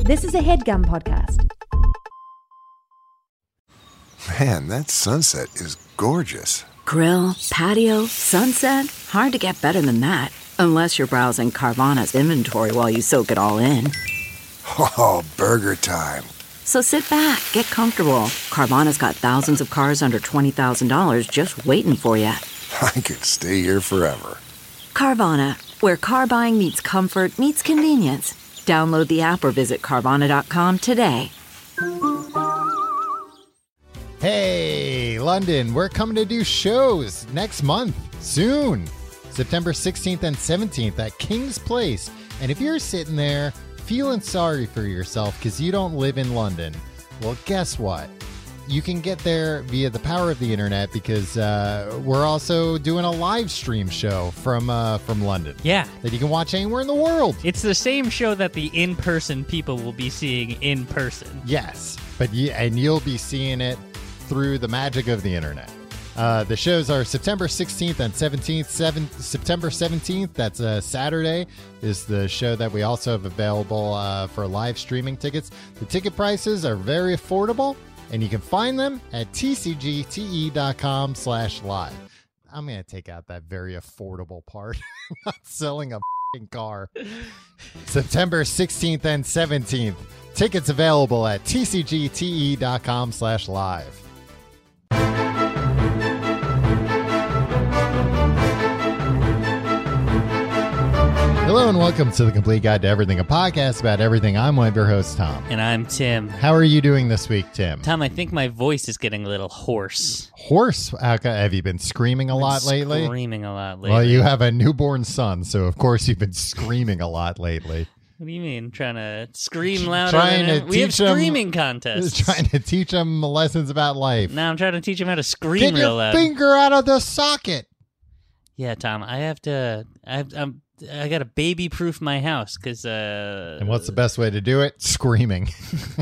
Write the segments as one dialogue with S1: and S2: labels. S1: This is a headgum podcast.
S2: Man, that sunset is gorgeous.
S3: Grill, patio, sunset. Hard to get better than that. Unless you're browsing Carvana's inventory while you soak it all in.
S2: Oh, burger time.
S3: So sit back, get comfortable. Carvana's got thousands of cars under $20,000 just waiting for you.
S2: I could stay here forever.
S3: Carvana, where car buying meets comfort, meets convenience. Download the app or visit Carvana.com today.
S4: Hey, London, we're coming to do shows next month, soon, September 16th and 17th at King's Place. And if you're sitting there feeling sorry for yourself because you don't live in London, well, guess what? You can get there via the power of the internet because uh, we're also doing a live stream show from uh, from London
S5: Yeah.
S4: that you can watch anywhere in the world.
S5: It's the same show that the in person people will be seeing in person.
S4: Yes, but you, and you'll be seeing it through the magic of the internet. Uh, the shows are September 16th and 17th. Seven, September 17th, that's a Saturday, is the show that we also have available uh, for live streaming tickets. The ticket prices are very affordable, and you can find them at tcgte.com E slash live. I'm going to take out that very affordable part. I'm not selling a f***ing car. September 16th and 17th. Tickets available at tcgte.com E slash live. Hello and welcome to The Complete Guide to Everything, a podcast about everything. I'm one of your hosts, Tom.
S5: And I'm Tim.
S4: How are you doing this week, Tim?
S5: Tom, I think my voice is getting a little hoarse.
S4: Horse, how ca- have you been screaming a lot lately?
S5: Screaming a lot lately.
S4: Well, you have a newborn son, so of course you've been screaming a lot lately.
S5: What do you mean? Trying to scream louder?
S4: Trying
S5: than
S4: to
S5: we have
S4: teach 'em-
S5: screaming contests.
S4: Trying to teach him lessons about life.
S5: Now I'm trying to teach him how to scream
S4: Get
S5: real
S4: your
S5: loud.
S4: finger out of the socket.
S5: Yeah, Tom, I have to. I have, I'm, I got to baby proof my house because. Uh,
S4: And what's the best way to do it? Screaming. it's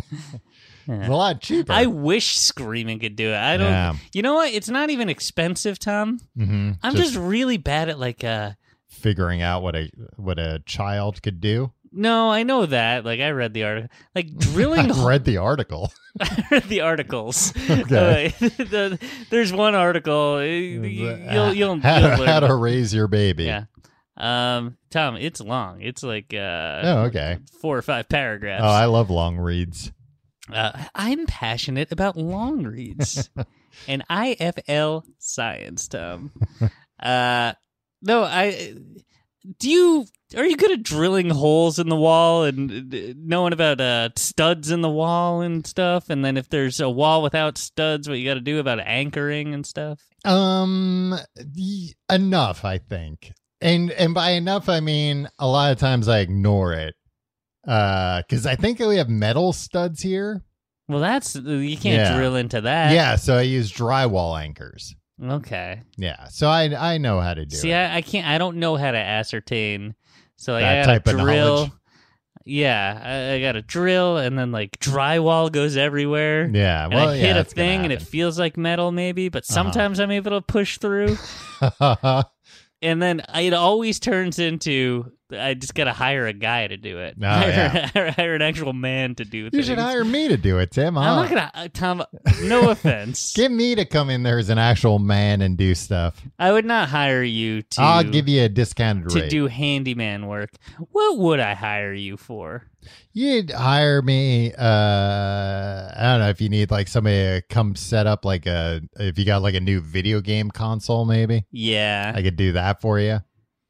S4: a lot cheaper.
S5: I wish screaming could do it. I don't.
S4: Yeah.
S5: You know what? It's not even expensive, Tom.
S4: Mhm.
S5: I'm just really bad at like uh
S4: figuring out what a what a child could do.
S5: No, I know that. Like I read the article. Like drilling
S4: I read the article.
S5: I read the articles.
S4: Okay.
S5: Uh, the- there's one article. uh, You'll you'll, you'll
S4: how, to,
S5: learn.
S4: how to raise your baby.
S5: Yeah. Um, Tom, it's long. It's like uh
S4: Oh, okay.
S5: four or five paragraphs.
S4: Oh, I love long reads.
S5: uh, I'm passionate about long reads and IFL science, Tom. Uh, no, I do you are you good at drilling holes in the wall and uh, knowing about uh, studs in the wall and stuff? And then if there's a wall without studs, what you got to do about anchoring and stuff?
S4: Um, y- enough, I think. And and by enough, I mean a lot of times I ignore it. Uh, because I think we have metal studs here.
S5: Well, that's you can't
S4: Yeah.
S5: drill into that.
S4: yeah, so I use drywall anchors.
S5: Okay.
S4: Yeah, so I I know how to do
S5: See,
S4: it.
S5: I, I can't. I don't know how to ascertain. So like,
S4: That
S5: I gotta
S4: type of
S5: drill.
S4: knowledge.
S5: Yeah, I, I got to drill, and then like drywall goes everywhere.
S4: yeah,
S5: And
S4: well,
S5: I
S4: yeah,
S5: hit a
S4: it's gonna
S5: thing, and it
S4: happen.
S5: feels like metal, maybe, but
S4: Uh-huh.
S5: sometimes I'm able to push through, and then I- it always turns into I just got to hire a guy to do it.
S4: Oh, yeah.
S5: hire, hire an actual man to do.
S4: you
S5: things.
S4: should hire me to do it, Tim.
S5: I'm
S4: huh?
S5: not gonna, uh, Tom. No offense,
S4: Get me to come in there as an actual man and do stuff.
S5: I would not hire you to.
S4: I'll give you a discounted
S5: to
S4: rate.
S5: do handyman work, what would I hire you for?
S4: You'd hire me. Uh, I don't know if you need like somebody to come set up like a if you got like a new video game console, maybe
S5: Yeah,
S4: I could do that for you.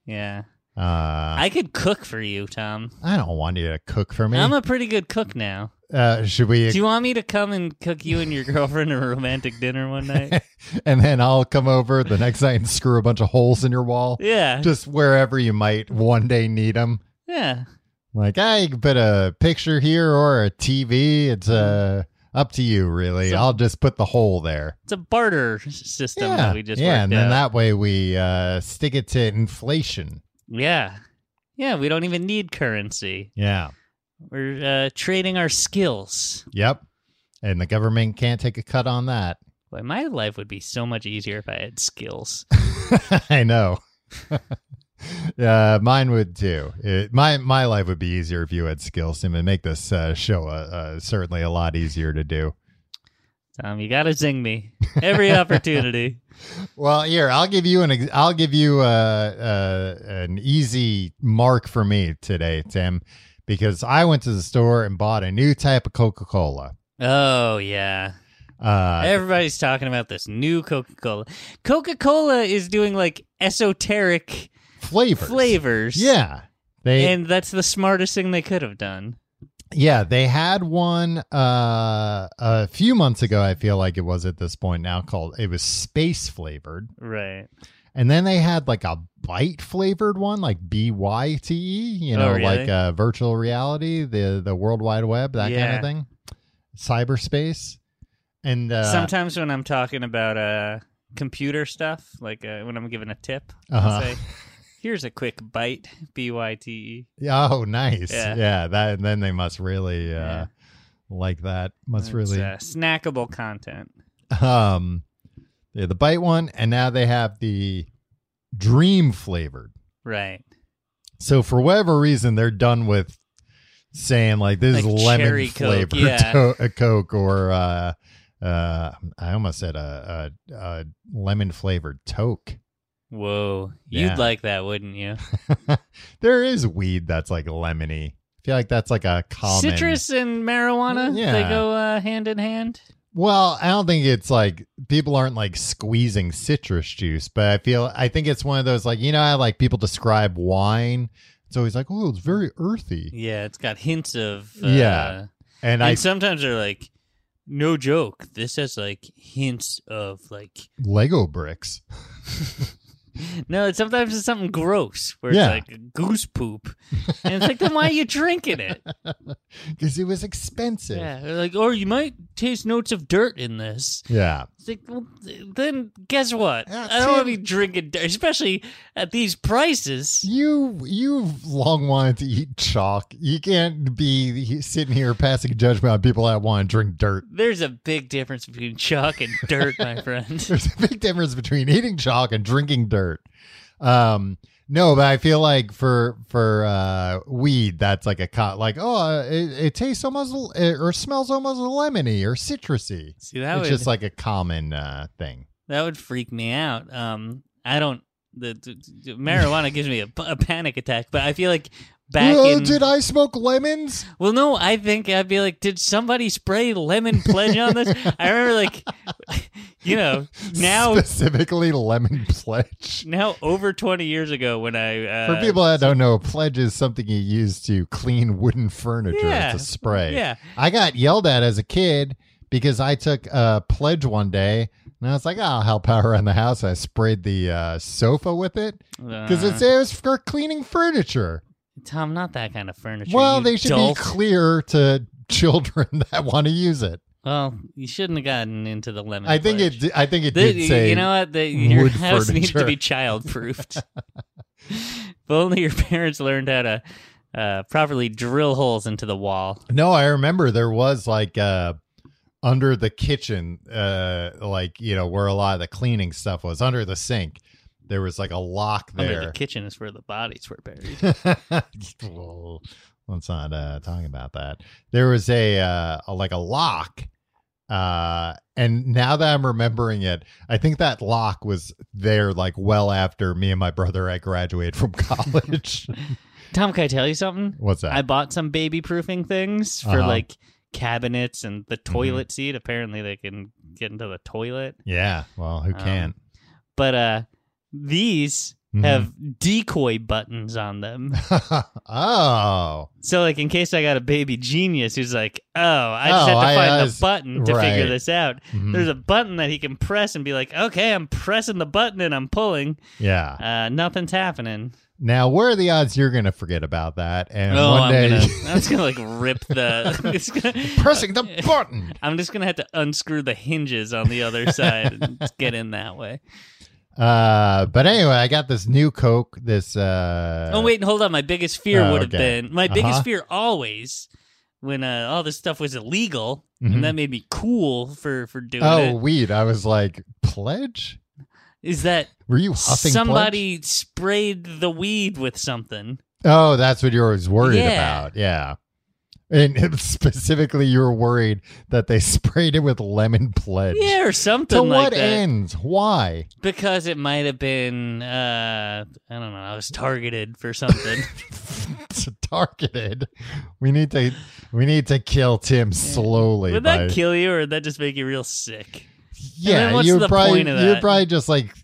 S5: yeah.
S4: Uh,
S5: I could cook for you, Tom.
S4: I don't want you to cook for me.
S5: I'm a pretty good cook now.
S4: uh, should we?
S5: Do you want me to come and cook you and your girlfriend a romantic dinner one night?
S4: and then I'll come over the next night and screw a bunch of holes in your wall,
S5: Yeah,
S4: just wherever you might one day need them.
S5: yeah.
S4: Like, I you can put a picture here or a TV. It's uh, up to you, really.
S5: Mm. So-
S4: I'll just put the hole there.
S5: It's a barter s- system that we just
S4: yeah,
S5: worked
S4: and then
S5: out.
S4: that way we uh, stick it to inflation.
S5: yeah, yeah. We don't even need currency.
S4: Yeah.
S5: We're uh, trading our skills.
S4: Yep. And the government can't take a cut on that.
S5: Boy, my life would be so much easier if I had skills.
S4: I know. Yeah, mine would too. It, my my life would be easier if you had skills, Sim, and make this uh, show uh, uh, certainly a lot easier to do.
S5: Tom, you gotta zing me every opportunity.
S4: Well, here I'll give you an ex- I'll give you uh, uh, an easy mark for me today, Tim, because I went to the store and bought a new type of Coca Cola.
S5: Oh yeah.
S4: Uh,
S5: Everybody's talking about this new Coca Cola. Coca Cola is doing like esoteric
S4: flavors.
S5: flavors.
S4: Yeah. They
S5: And that's the smartest thing they could have done.
S4: Yeah, they had one uh, a few months ago. I feel like it was at this point now called it was space flavored,
S5: Right.
S4: and then they had like a bite flavored one, like B Y T E, you
S5: Oh,
S4: know,
S5: really?
S4: like uh, virtual reality, the the World Wide Web, that kind
S5: Yeah.
S4: of thing, cyberspace, and uh,
S5: Sometimes when I'm talking about uh, computer stuff, like uh, when I'm giving a tip,
S4: Uh-huh.
S5: I'll say, here's a quick bite, B Y T E.
S4: oh, nice, yeah,
S5: Yeah.
S4: that then they must really uh,
S5: Yeah.
S4: like that, must
S5: It's,
S4: really
S5: uh, snackable content.
S4: um yeah, the bite one, and now they have the dream flavored.
S5: Right.
S4: So for whatever reason, they're done with saying like this
S5: Like
S4: is lemon
S5: cherry Coke,
S4: flavored
S5: yeah.
S4: to- a Coke or uh, uh, I almost said a, a, a lemon flavored toke.
S5: Whoa.
S4: Yeah.
S5: You'd like that, wouldn't you?
S4: there is weed that's like lemony. I feel like that's like a common
S5: Citrus and marijuana, they
S4: Yeah.
S5: go uh, hand in hand.
S4: Well, I don't think it's like people aren't like squeezing citrus juice, but I feel I think it's one of those like you know how like people describe wine. It's always like oh, it's very earthy,
S5: Yeah, it's got hints of. Uh,
S4: Yeah. and,
S5: And,
S4: I
S5: sometimes they're like, no joke, this has like hints of like
S4: Lego bricks.
S5: No, it's sometimes it's something gross where
S4: Yeah.
S5: it's like goose poop, and it's like, then why are you drinking it?
S4: because it was expensive.
S5: Yeah, they're like, or you might taste notes of dirt in this.
S4: Yeah.
S5: It's like, well, th- then guess what?
S4: Yeah,
S5: I don't want to
S4: see-
S5: be drinking dirt, especially at these prices.
S4: You you've long wanted to eat chalk. You can't be sitting here passing judgment on people that want to drink dirt.
S5: There's a big difference between chalk and dirt, my friend.
S4: There's a big difference between eating chalk and drinking dirt. Um no, but I feel like for for uh weed that's like a cot like oh uh, it, it tastes almost l- or smells almost lemony or citrusy.
S5: See, that
S4: it's
S5: would
S4: just like a common uh thing.
S5: that would freak me out. Um, I don't. The, the- the marijuana gives me a, p- a panic attack, but I feel like back
S4: oh,
S5: in
S4: did I smoke lemons?
S5: Well, no, I think I'd be like, did somebody spray lemon pledge on this? I remember, like, you know, now
S4: specifically lemon pledge.
S5: now over twenty years ago when I uh,
S4: For people that don't know, pledge is something you use to clean wooden furniture.
S5: Yeah.
S4: It's a spray.
S5: yeah,
S4: I got yelled at as a kid because I took a pledge one day and I was like, I'll help out around the house. I sprayed the uh, sofa with it because it
S5: Uh-huh.
S4: said it was for cleaning furniture.
S5: Uh, Tom, not that kind of furniture.
S4: well,
S5: you
S4: they should
S5: dolt.
S4: be clear to children that want to use it.
S5: Well, you shouldn't have gotten into the lemon.
S4: I think
S5: pledge.
S4: it. I think it
S5: The-
S4: did say.
S5: you know what? The, your
S4: wood
S5: house needs to
S4: furniture.
S5: be child-proofed. if only your parents learned how to uh, properly drill holes into the wall.
S4: No, I remember there was like uh under the kitchen, uh like you know, where a lot of the cleaning stuff was, under the sink. There was like a lock
S5: Under the
S4: there.
S5: kitchen is where the bodies were buried.
S4: Whoa. Let's not uh talking about that. There was a uh a- like a lock. Uh and now that I'm remembering it, I think that lock was there like well after me and my brother I graduated from college.
S5: Tom, can I tell you something?
S4: What's that?
S5: I bought some baby proofing things for
S4: Uh-huh. Mm-hmm.
S5: like cabinets and the toilet seat. Apparently, they can get into the toilet.
S4: yeah. Well, who
S5: Um,
S4: can't?
S5: But uh, these
S4: Mhm.
S5: have decoy buttons on them.
S4: Mm-hmm. oh.
S5: so, like, in case I got a baby genius who's like, oh, I just
S4: Oh,
S5: have to
S4: I-
S5: find
S4: I
S5: the
S4: was-
S5: button to
S4: right.
S5: figure this out.
S4: Mhm.
S5: There's a button that he can press and be like, okay, I'm pressing the button and I'm pulling.
S4: Yeah.
S5: Uh, nothing's happening.
S4: Now, where are the odds you're going to forget about that? And
S5: oh,
S4: one
S5: I'm
S4: day,
S5: gonna, I'm just gonna like rip the. I'm just gonna-
S4: pressing the button.
S5: I'm just gonna have to unscrew the hinges on the other side and get in that way.
S4: Uh, but anyway, I got this new Coke. This. Uh,
S5: oh wait, hold on. My biggest fear
S4: oh,
S5: would have
S4: okay.
S5: been my
S4: Uh-huh.
S5: biggest fear always when uh, all this stuff was illegal,
S4: Mhm.
S5: and that made me cool for for doing
S4: Oh,
S5: it.
S4: weed. I was like, pledge?
S5: is that
S4: Were you huffing?
S5: somebody sprayed the weed with something.
S4: Plunge? Oh, that's what you were was worried
S5: Yeah.
S4: about. Yeah. And specifically, you were worried that they sprayed it with lemon pledge.
S5: Yeah, or something
S4: to
S5: like
S4: what
S5: that.
S4: ends? Why?
S5: Because it might have been, uh, I don't know, I was targeted for something.
S4: It's targeted. We need to. We need to kill Tim slowly.
S5: would
S4: by-
S5: that kill you or would that just make you real sick? And
S4: Yeah,
S5: then what's
S4: you're
S5: the
S4: probably
S5: point of
S4: you're
S5: that?
S4: probably just like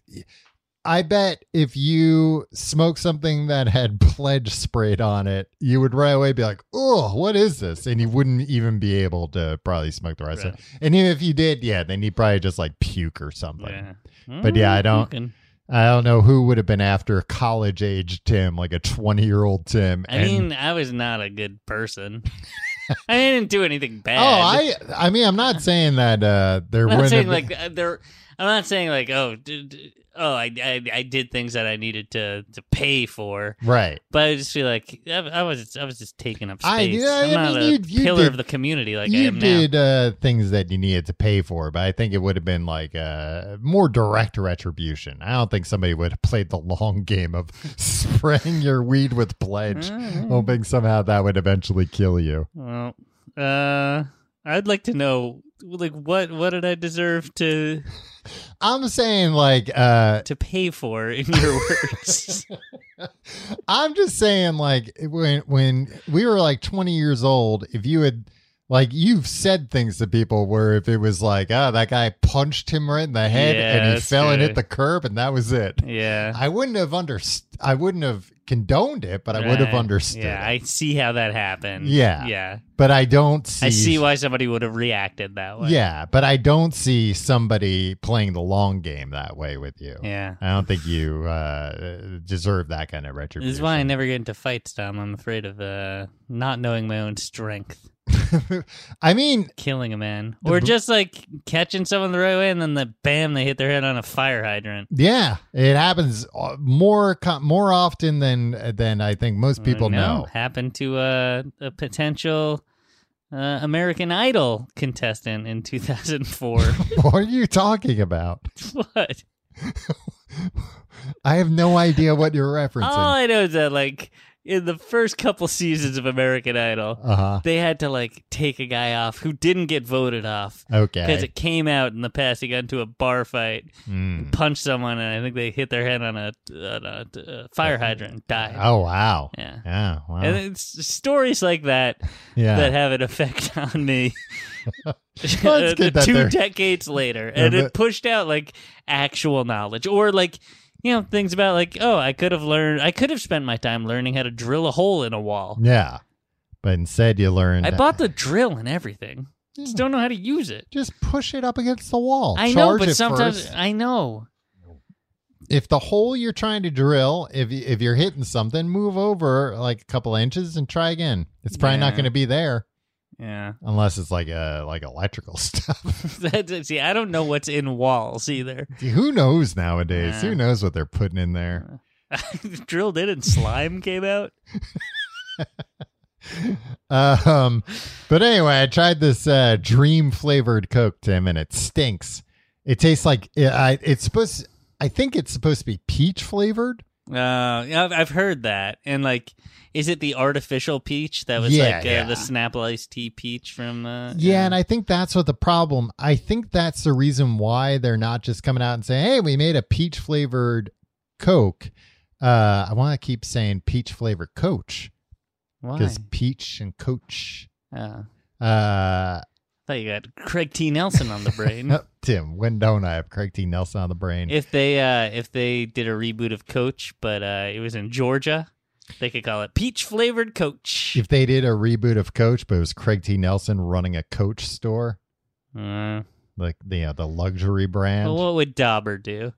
S4: I bet if you smoked something that had pledge sprayed on it, you would right away be like, "Oh, what is this?" and you wouldn't even be able to probably smoke the rest of it. And even if you did, yeah, then you probably just like puke or something.
S5: Yeah. Mm,
S4: But yeah, I don't-
S5: Puking.
S4: I don't know who would have been after college age Tim, like a 20 year old Tim.
S5: I
S4: and-
S5: mean, I was not a good person. I didn't do anything bad.
S4: oh, I I mean, I'm not saying that uh, there
S5: I'm not
S4: wouldn't have
S5: saying
S4: been-
S5: like uh, there. I'm not saying like oh, d- d- oh, I, I I did things that I needed to to pay for,
S4: right.
S5: but I just feel like I, I was I was just taking up space.
S4: I- yeah, I
S5: am not
S4: mean,
S5: a
S4: you- you
S5: pillar
S4: did-
S5: of the community like I
S4: you
S5: am
S4: did uh, things that you needed to pay for, but I think it would have been like uh, more direct retribution. I don't think somebody would have played the long game of spraying your weed with pledge, hoping somehow that would eventually kill you.
S5: now. Well, uh, I'd like to know like what what did I deserve to
S4: I'm saying like uh,
S5: to pay for in your words?
S4: I'm just saying like when when we were like 20 years old, if you had like you've said things to people where if it was like, oh, that guy punched him right in the head
S5: Yeah,
S4: and he
S5: that's
S4: fell and
S5: good.
S4: hit the curb and that was it.
S5: yeah.
S4: I wouldn't have underst- I wouldn't have condoned it, but I would have
S5: Right.
S4: understood.
S5: Yeah,
S4: it.
S5: I see how that happened.
S4: Yeah.
S5: yeah.
S4: but I don't see.
S5: I see why somebody would have reacted that way.
S4: Yeah, but I don't see somebody playing the long game that way with you.
S5: yeah.
S4: I don't think you uh, deserve that kind of retribution.
S5: This is why I never get into fights, Tom. I'm afraid of uh, not knowing my own strength,
S4: I mean,
S5: killing a man,
S4: The
S5: or
S4: br-
S5: just like catching someone the right way, and then the bam, they hit their head on a fire hydrant.
S4: yeah, it happens uh, more co- more often than than I think most people
S5: I
S4: know.
S5: Happened to uh, a potential uh, American Idol contestant in 2004.
S4: What are you talking about?
S5: what?
S4: I have no idea what you're
S5: All
S4: referencing.
S5: I know is that like in the first couple seasons of American Idol,
S4: Uh huh.
S5: they had to like take a guy off who didn't get voted off. Because
S4: Okay.
S5: it came out in the past, he got into a bar fight,
S4: Mm.
S5: punched someone, and I think they hit their head on a, on a, uh fire hydrant and died.
S4: Oh wow.
S5: Yeah.
S4: Yeah. Wow.
S5: And it's stories like that
S4: yeah.
S5: that have an effect on me. Uh,
S4: Well, it's good that
S5: two
S4: they're-
S5: decades later, and
S4: Yeah,
S5: it pushed out like actual knowledge or like you know things about like oh I could have learned I could have spent my time learning how to drill a hole in a wall.
S4: Yeah. But instead, you learned.
S5: I bought the drill and everything. Just don't know how to use it.
S4: Just push it up against the wall.
S5: I know,
S4: Charge
S5: but
S4: it
S5: sometimes
S4: first.
S5: I know.
S4: if the hole you're trying to drill, if y- if you're hitting something, move over like a couple inches and try again. It's probably not
S5: Yeah.
S4: going to be there
S5: Yeah.
S4: unless it's like uh like electrical stuff.
S5: That's it. See, I don't know what's in walls either.
S4: Who knows nowadays?
S5: Yeah.
S4: Who knows what they're putting in there?
S5: Drilled in and slime came out.
S4: um, but anyway, I tried this uh, dream flavored Coke, Tim, and it stinks. It tastes like I. It's supposed. I think it's supposed to be peach flavored.
S5: Uh, yeah, I've, I've heard that. And like, is it the artificial peach that was
S4: Yeah,
S5: like uh,
S4: yeah.
S5: the Snapple iced tea peach from? Uh,
S4: Yeah, and I think that's what the problem. I think that's the reason why they're not just coming out and saying, "Hey, we made a peach flavored Coke." Uh, I want to keep saying peach flavored Coach
S5: why?
S4: because peach and Coach.
S5: Oh, I
S4: Uh,
S5: thought you got Craig T. Nelson on the brain.
S4: no, Tim, when don't I have Craig T. Nelson on the brain?
S5: if they uh, if they did a reboot of Coach, but uh, it was in Georgia, they could call it peach flavored Coach.
S4: If they did a reboot of Coach, but it was Craig T. Nelson running a Coach store,
S5: Uh,
S4: like the you know, the luxury brand,
S5: well, what would Dauber do?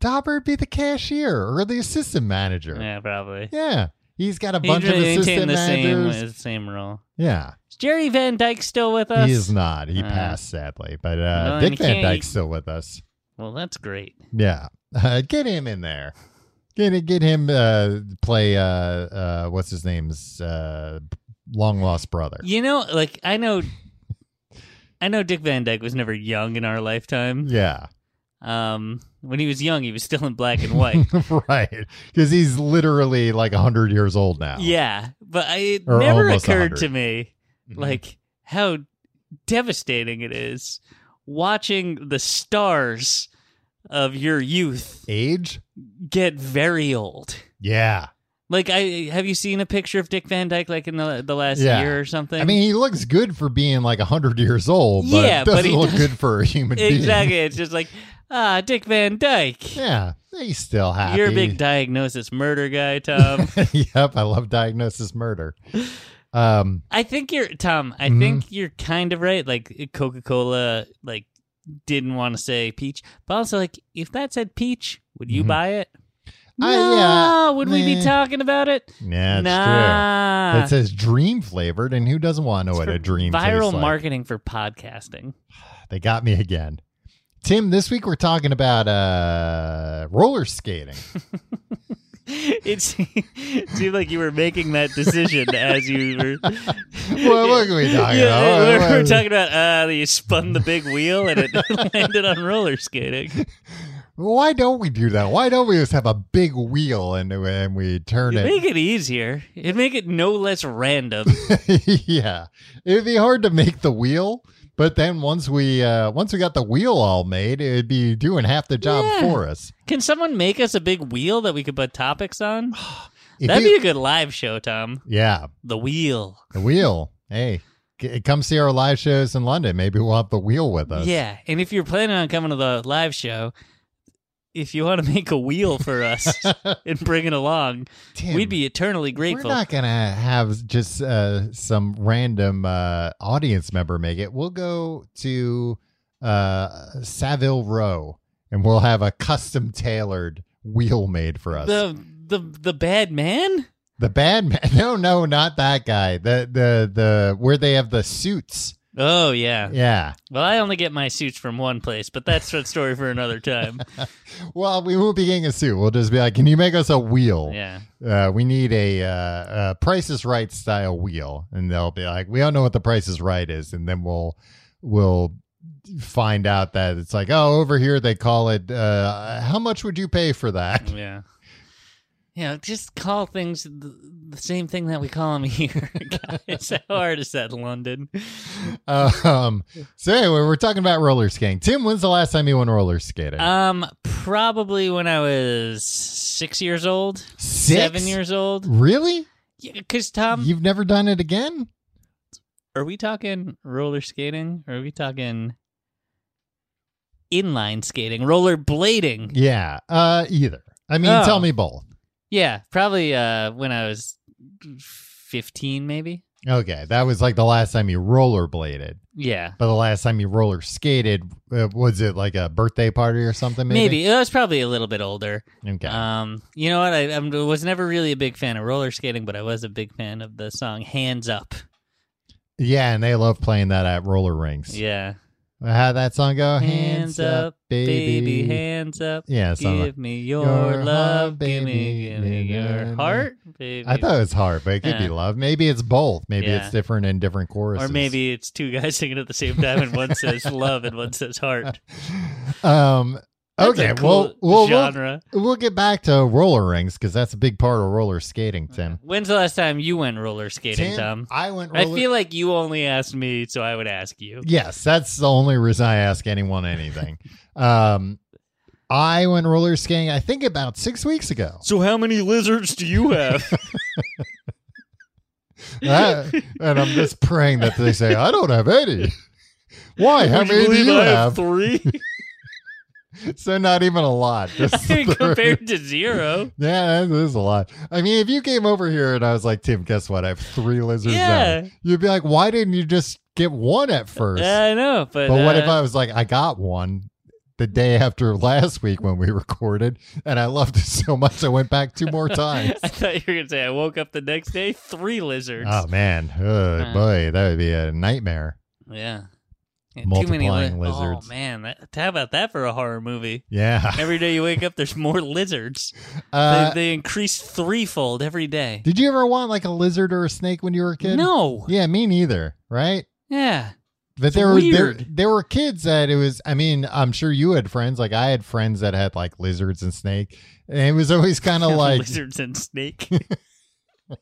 S4: Dauber would be the cashier or the assistant manager.
S5: Yeah, probably.
S4: Yeah. He's got a
S5: He
S4: bunch of
S5: maintained
S4: assistant
S5: the same,
S4: managers.
S5: the same role.
S4: Yeah,
S5: Is Jerry Van Dyke still with us?
S4: he is not. He
S5: Uh,
S4: passed sadly, but
S5: well,
S4: uh,
S5: then
S4: Dick
S5: you
S4: Van
S5: can't-
S4: Dyke's still with us.
S5: Well, that's great.
S4: Yeah, uh, get him in there. Get get him uh, play uh, uh, what's his name's uh, long lost brother.
S5: You know, like I know, I know Dick Van Dyke was never young in our lifetime.
S4: Yeah,
S5: Um, When he was young, he was still in black and white.
S4: right. Because he's literally like 100 years old now.
S5: yeah, but I, it
S4: Or
S5: never
S4: almost
S5: occurred to
S4: 100.
S5: me
S4: Mhm.
S5: like how devastating it is watching the stars of your youth
S4: Age?
S5: get very old.
S4: Yeah.
S5: Like I have you seen a picture of Dick Van Dyke like in the the last
S4: Yeah.
S5: year or something?
S4: I mean, he looks good for being like 100 years old, but
S5: Yeah,
S4: yeah,
S5: but
S4: doesn't
S5: he
S4: look
S5: does-
S4: good for a human being.
S5: exactly. It's just like ah, Dick Van Dyke.
S4: Yeah. He's still happy.
S5: You're a big diagnosis murder guy, Tom.
S4: yep. I love diagnosis murder. Um,
S5: I think you're Tom. I
S4: Mhm.
S5: think you're kind of right. Like Coca Cola, like didn't want to say peach, but also like if that said peach, would you
S4: Mhm.
S5: buy it?
S4: I-
S5: no,
S4: yeah,
S5: would we be
S4: nah.
S5: talking about it?
S4: yeah, it's true.
S5: nah,
S4: It says dream flavored, and who doesn't want to know
S5: It's
S4: what
S5: for
S4: a dream
S5: viral
S4: tastes like?
S5: marketing for podcasting.
S4: They got me again. Tim, this week we're talking about uh, roller skating.
S5: it se- seemed like you were making that decision as you were.
S4: Well, what are we talking
S5: Yeah,
S4: about?
S5: we're,
S4: What-
S5: we're
S4: what-
S5: talking about uh, you spun the big wheel and it landed on roller skating.
S4: Why don't we do that? Why don't we just have a big wheel and, and we turn
S5: You
S4: it?
S5: make it easier. You make it no less random.
S4: yeah, it'd be hard to make the wheel, but then once we uh, once we got the wheel all made, it'd be doing half the job
S5: Yeah.
S4: for us.
S5: Can someone make us a big wheel that we could put topics on?
S4: If
S5: That'd
S4: you-
S5: be a good live show, Tom.
S4: yeah,
S5: The wheel.
S4: the wheel. hey, c- come see our live shows in London. Maybe we'll have the wheel with us.
S5: Yeah, and if you're planning on coming to the live show, if you want to make a wheel for us and bring it along,
S4: Tim,
S5: we'd be eternally grateful.
S4: We're not gonna have just uh, some random uh, audience member make it. We'll go to uh, Savile Row and we'll have a custom tailored wheel made for us. The,
S5: the the the bad man.
S4: bad man? No, no, not that guy. The the the where they have the suits.
S5: Oh yeah.
S4: Yeah.
S5: Well, I only get my suits from one place, but that's a story for another time.
S4: Well, we won't be getting a suit. We'll just be like, can you make us a wheel?
S5: Yeah.
S4: Uh, we need a uh, uh, Price is Right style wheel, and they'll be like, "We don't know what the Price is Right is," and then we'll we'll find out that it's like, "Oh, over here they call it. Uh, how much would you pay for that?"
S5: Yeah. Yeah, just call things th- the same thing that we call them here. guys. How hard is that, London?
S4: um, so anyway, we're talking about roller skating. Tim, when's the last time you went roller skating?
S5: Um, probably when I was six years old,
S4: Six?
S5: seven years Um, old.
S4: Really?
S5: Because Tom,
S4: You've never done it again?
S5: are we talking roller skating? Or are we talking inline skating, roller blading?
S4: Yeah. Uh, either. I mean,
S5: Oh.
S4: tell me both.
S5: Yeah, probably uh when I was fifteen, maybe.
S4: Okay, that was like the last time you rollerbladed.
S5: Yeah,
S4: But the last time you roller skated, uh, was it like a birthday party or something?
S5: maybe,
S4: Maybe.
S5: I was probably a little bit older.
S4: Okay.
S5: Um, you know what? I, I was never really a big fan of roller skating, but I was a big fan of the song "Hands Up."
S4: yeah, and they love playing that at roller rinks.
S5: Yeah,
S4: How that song go?
S5: hands up, baby, hands up.
S4: Yeah, something like-
S5: give me your,
S4: Your
S5: love,
S4: love,
S5: give
S4: baby,
S5: me, give me your
S4: na-na-na.
S5: heart, baby.
S4: I thought it was hard, but it could be
S5: Yeah.
S4: love. Maybe it's both. Maybe
S5: Yeah.
S4: it's different in different choruses.
S5: or maybe it's two guys singing at the same time, and one says love and one says heart.
S4: Um.
S5: That's
S4: okay.
S5: a cool
S4: well, well,
S5: genre.
S4: we'll we'll get back to roller rings because that's a big part of roller skating, Tim.
S5: When's the last time you went roller Uh, skating,
S4: Tim,
S5: Tom?
S4: I went.
S5: I
S4: Roller-
S5: feel like you only asked me, so I would ask you.
S4: Yes, that's the only reason I ask anyone anything. um, I went roller skating. I think about six weeks ago.
S5: So, how many lizards do you have?
S4: Uh, and I'm just praying that they say I don't have any. Why? How
S5: Would
S4: many do
S5: believe
S4: you
S5: I
S4: have?
S5: three?
S4: so not even a lot. Just three.
S5: compared to zero.
S4: yeah, that is a lot. I mean, if you came over here and I was like, Tim, guess what? I have three lizards.
S5: Yeah.
S4: now." You'd be like, why didn't you just get one at first?
S5: Yeah, I know, but,
S4: But what
S5: uh,
S4: if I was like, I got one the day after last week when we recorded, and I loved it so much I went back two more times.
S5: I thought you were gonna say I woke up the next day three lizards.
S4: oh man, oh,
S5: Uh.
S4: boy, that would be a nightmare.
S5: yeah. Yeah,
S4: Multiplying
S5: li-
S4: lizards.
S5: Oh man, that, how about that for a horror movie?
S4: Yeah.
S5: Every day you wake up, there's more lizards.
S4: Uh,
S5: they, they increase threefold every day.
S4: did you ever want like a lizard or a snake when you were a kid?
S5: No.
S4: Yeah, me neither. Right?
S5: Yeah.
S4: But
S5: It's
S4: there were there,
S5: weird.
S4: there were kids that it was. I mean, I'm sure you had friends like I had friends that had like lizards and snake, and it was always kind of like,
S5: lizards and snake.
S4: but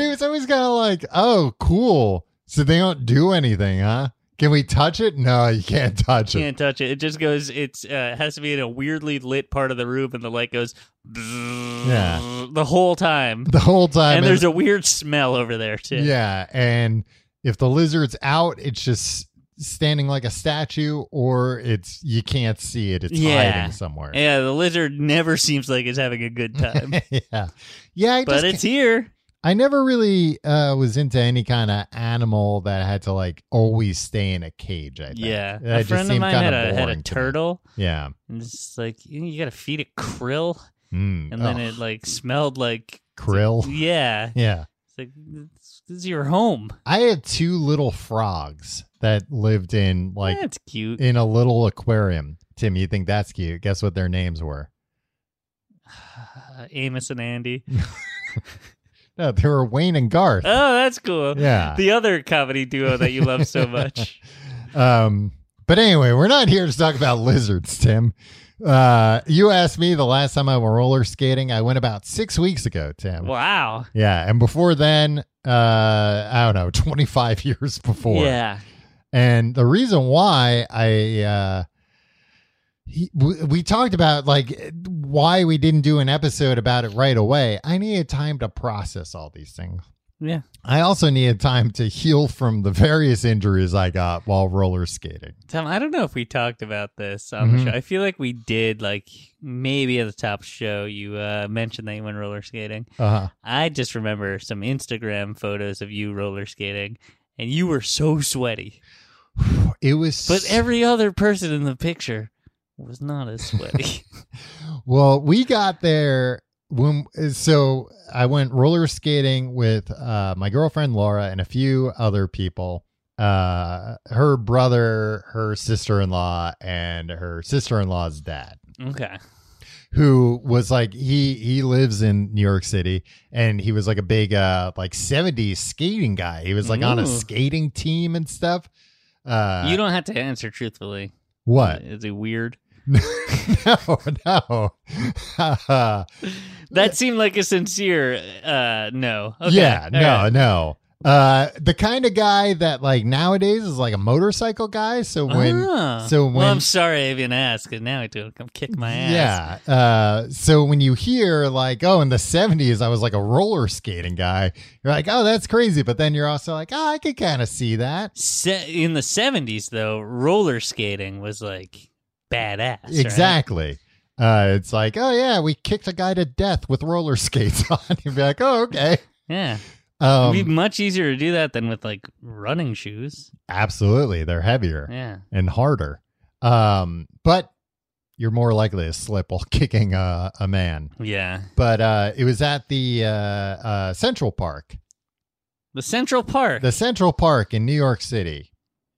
S4: it was always kind of like, oh, cool. So they don't do anything, huh? Can we touch it? No, you can't touch it.
S5: Can't touch it. It just goes. It's uh, has to be in a weirdly lit part of the room, and the light goes.
S4: Yeah.
S5: The whole time,
S4: The whole time,
S5: and there's a weird smell over there too.
S4: Yeah, and if the lizard's out, it's just standing like a statue, or it's you can't see it. It's
S5: Yeah.
S4: hiding somewhere.
S5: Yeah, the lizard never seems like it's having a good time,
S4: yeah, yeah. I
S5: um, but
S4: just
S5: it's here.
S4: I never really uh, was into any kind of animal that had to like always stay in a cage. I think.
S5: Yeah,
S4: That
S5: a
S4: just
S5: friend of
S4: seemed
S5: mine had
S4: kinda
S5: a had a
S4: boring to me.
S5: turtle,
S4: Yeah,
S5: and it's like you, you gotta feed it krill,
S4: Mm.
S5: and then
S4: Ugh.
S5: it like smelled like
S4: krill.
S5: yeah.
S4: Yeah,
S5: It's like this is your home.
S4: I had two little frogs that lived in like
S5: That's cute.
S4: in a little aquarium. Tim, you think that's cute? Guess what their names were?
S5: Uh, Amos and Andy.
S4: No, they were Wayne and Garth.
S5: Oh, that's cool.
S4: Yeah.
S5: The other comedy duo that you love so much.
S4: Um, but anyway, we're not here to talk about lizards, Tim. Uh, you asked me the last time I went roller skating. I went about six weeks ago, Tim.
S5: Wow.
S4: Yeah, and before then, uh, I don't know, twenty five years before.
S5: Yeah.
S4: And the reason why I uh, he, we, we talked about like why we didn't do an episode about it right away. I needed time to process all these things.
S5: Yeah.
S4: I also needed time to heal from the various injuries I got while roller skating.
S5: Tom, I don't know if we talked about this on
S4: Mhm.
S5: the show. I feel like we did, like maybe at the top show, you uh, mentioned that you went roller skating.
S4: Uh huh.
S5: I just remember some Instagram photos of you roller skating, and you were so sweaty.
S4: It was
S5: But every other person in the picture was not as sweaty.
S4: Well, we got there when so I went roller skating with uh, my girlfriend Laura and a few other people. Uh, her brother, her sister in law, and her sister in law's dad,
S5: okay.
S4: who was like he he lives in New York City, and he was like a big uh like '70s skating guy. He was like on a
S5: Ooh.
S4: skating team and stuff. Uh,
S5: you don't have to answer truthfully.
S4: what?
S5: Is it weird?
S4: no, Uh, no.
S5: That seemed like a sincere uh no. Okay.
S4: Yeah,
S5: All
S4: no,
S5: right.
S4: no. Uh, the kind of guy that like nowadays is like a motorcycle guy. So when,
S5: Ah.
S4: so when,
S5: well, I'm sorry I even asked, because now I do come kick my ass.
S4: yeah. Uh, so when you hear like, oh, in the '70s I was like a roller skating guy, you're like, oh, that's crazy. But then you're also like, oh, I could kind of see that.
S5: Se- in the 70s, though, roller skating was like badass. right?
S4: Exactly. Uh, it's like, oh yeah, we kicked a guy to death with roller skates on. You'd be like, oh okay.
S5: Yeah.
S4: Um,
S5: It'd be much easier to do that than with like running shoes.
S4: absolutely, they're heavier.
S5: Yeah.
S4: and harder. Um, but you're more likely to slip while kicking a, a man.
S5: Yeah.
S4: But uh, it was at the uh, uh, Central Park,
S5: The Central Park,
S4: the Central Park in New York City,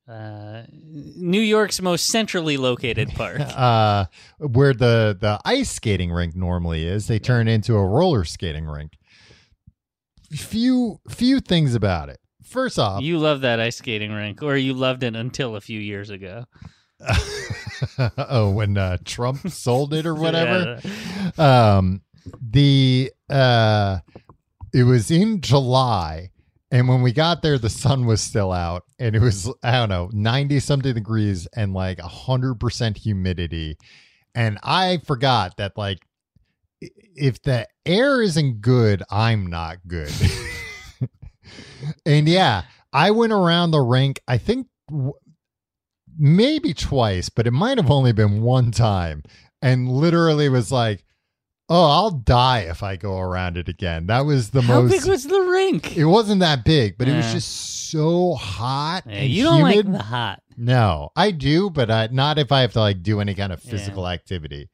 S5: uh, New York's most centrally located park.
S4: uh, where the the ice skating rink normally is. They turned into a roller skating rink. Few few things about it. First off,
S5: You love that ice skating rink, or you loved it until a few years ago.
S4: oh, when uh, Trump sold it or whatever.
S5: Yeah.
S4: um the uh it was in july and when we got there the sun was still out and it was i don't know 90 something degrees and like 100% humidity and i forgot that like i- if the air isn't good i'm not good and yeah i went around the rink i think w- maybe twice but it might have only been one time and literally was like oh i'll die if i go around it again that was the
S5: How
S4: most
S5: big was the rink?
S4: it wasn't that big, but it was
S5: Yeah.
S4: just so hot.
S5: Yeah,
S4: and
S5: you don't
S4: humid.
S5: like the hot.
S4: No, I do, but uh, not if I have to like do any kind of physical activity.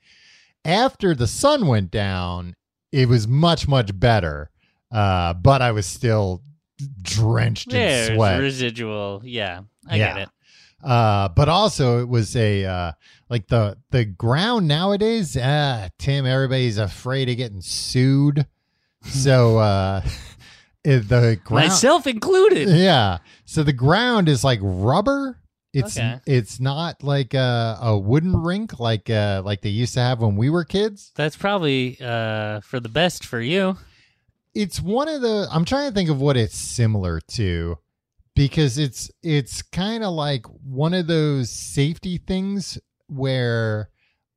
S4: After the sun went down, it was much much better, uh, but I was still drenched
S5: There's
S4: in sweat.
S5: residual. Yeah, I
S4: Yeah.
S5: get it.
S4: Uh, but also it was a uh, like the the ground nowadays. Ah, Tim, everybody's afraid of getting sued, so uh, uh, the ground.
S5: myself included.
S4: Yeah. So the ground is like rubber. It's
S5: Okay.
S4: it's not like a, a wooden rink like uh, like they used to have when we were kids.
S5: That's probably uh, for the best for you.
S4: It's one of the I'm trying to think of what it's similar to because it's it's kind of like one of those safety things where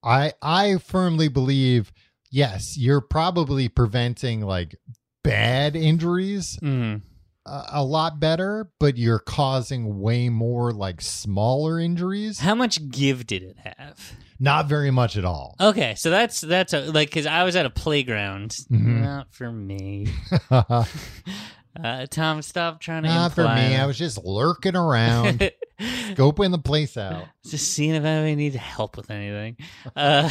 S4: I I firmly believe yes, you're probably preventing like bad injuries
S5: Mm.
S4: a a lot better, but you're causing way more like smaller injuries.
S5: How much give did it have?
S4: Not very much at all.
S5: Okay, so that's that's a, like because I was at a playground.
S4: Mhm.
S5: Not for me. Oh,
S4: Not
S5: Uh, Tom, stop trying to.
S4: for
S5: imply
S4: me.
S5: that.
S4: I was just lurking around, scoping the place out.
S5: just seeing if anybody needs help with anything. Uh,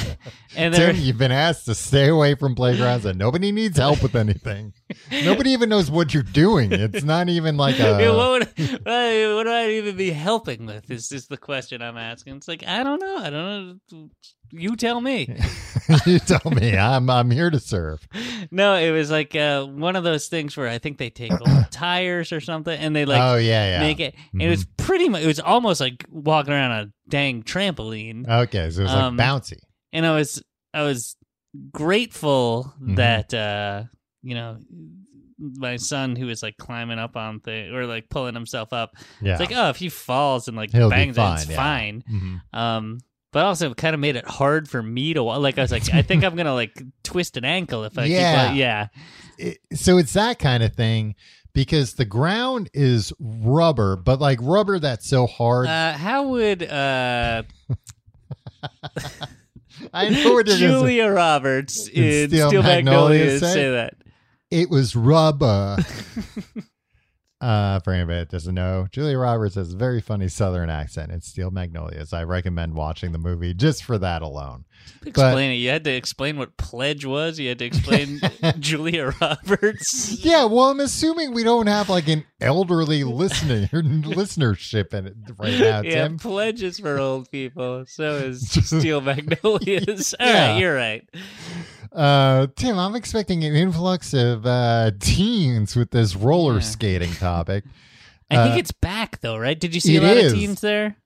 S5: and there,
S4: Tim, you've been asked to stay away from playgrounds, and nobody needs help with anything. Nobody even knows what you're doing. It's not even like
S5: Yeah,
S4: a.
S5: what, would, what, would- what do I even be helping with? Is is the question I'm asking? It's like I don't know. I don't know. You tell me.
S4: you tell me. I'm I'm here to serve.
S5: No, it was like uh, one of those things where I think they take old tires or something, and they like
S4: oh yeah, Mm-hmm. yeah.
S5: make it. and It was pretty much. It was almost like walking around on a dang trampoline.
S4: okay, so it's like
S5: Um,
S4: bouncy.
S5: and I was I was grateful
S4: Mhm.
S5: that uh you know my son who was like climbing up on thing or like pulling himself up.
S4: Yeah.
S5: It's like oh if he falls and like
S4: He'll be
S5: bangs it, it's
S4: fine, yeah.
S5: fine.
S4: Mhm.
S5: Um but also kind of made it hard for me to wa- like I was like I think I'm going to like twist an ankle if I
S4: Yeah.
S5: keep on- yeah.
S4: it, so it's that kind of thing because the ground is rubber, but like rubber that's so hard.
S5: Uh how would uh
S4: I know what it is.
S5: Julia Roberts in
S4: Steel
S5: Steel,
S4: Magnolias
S5: Magnolias
S4: say?
S5: say that?
S4: It was rubber. uh, for anybody that doesn't know, Julia Roberts has a very funny Southern accent in Steel Magnolias. I recommend watching the movie just for that alone.
S5: Explain it. You had to explain what pledge was. You had to explain Julia Roberts.
S4: Yeah, well, I'm assuming we don't have like an elderly listener listenership in it right now,
S5: yeah,
S4: Tim.
S5: pledge is for old people. So is Steel Magnolias. All
S4: Yeah.
S5: right, you're right.
S4: Uh, Tim, I'm expecting an influx of uh, teens with this roller
S5: Yeah.
S4: skating topic.
S5: I
S4: Uh,
S5: think it's back though, right? Did you see
S4: it
S5: a lot
S4: is.
S5: of teens there?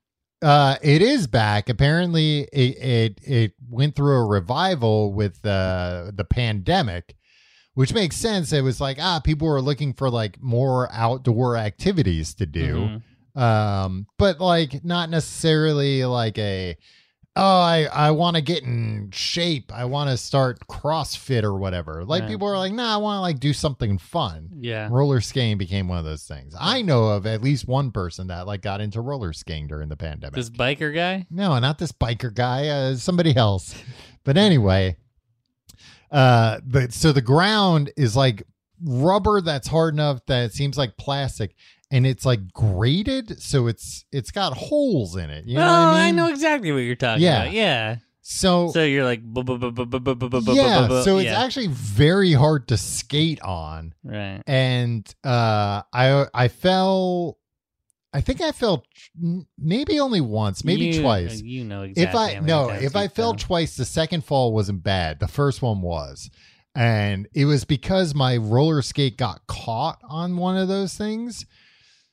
S4: Uh, it is back. Apparently, it it, it went through a revival with uh, the pandemic, which makes sense. It was like ah, people were looking for like more outdoor activities to do,
S5: Mhm.
S4: um, but like not necessarily like a oh, I I want to get in shape. I want to start CrossFit or whatever. Like
S5: Yeah.
S4: people are like, nah, I want to like do something fun.
S5: Yeah.
S4: Roller skiing became one of those things. I know of at least one person that like got into roller skiing during the pandemic.
S5: This biker guy?
S4: No, not this biker guy. Uh, somebody else. But anyway, uh, but so the ground is like rubber that's hard enough that it seems like plastic, and it's like grated, so it's it's got holes in it. You know
S5: oh,
S4: what I
S5: I,
S4: mean?
S5: know exactly what you're talking
S4: Yeah.
S5: about. Yeah.
S4: So,
S5: So you're like, bu- bu- bu- bu- bu- bu- bu- bu- bu-
S4: yeah,
S5: bu-
S4: so it's
S5: yeah.
S4: actually very hard to skate on.
S5: right.
S4: and uh i i fell i think i fell tr- maybe only once maybe
S5: You-
S4: twice
S5: You know exactly.
S4: if i
S5: how many
S4: no
S5: times
S4: if
S5: you
S4: i fell twice the second fall wasn't bad the first one was and it was because my roller skate got caught on one of those things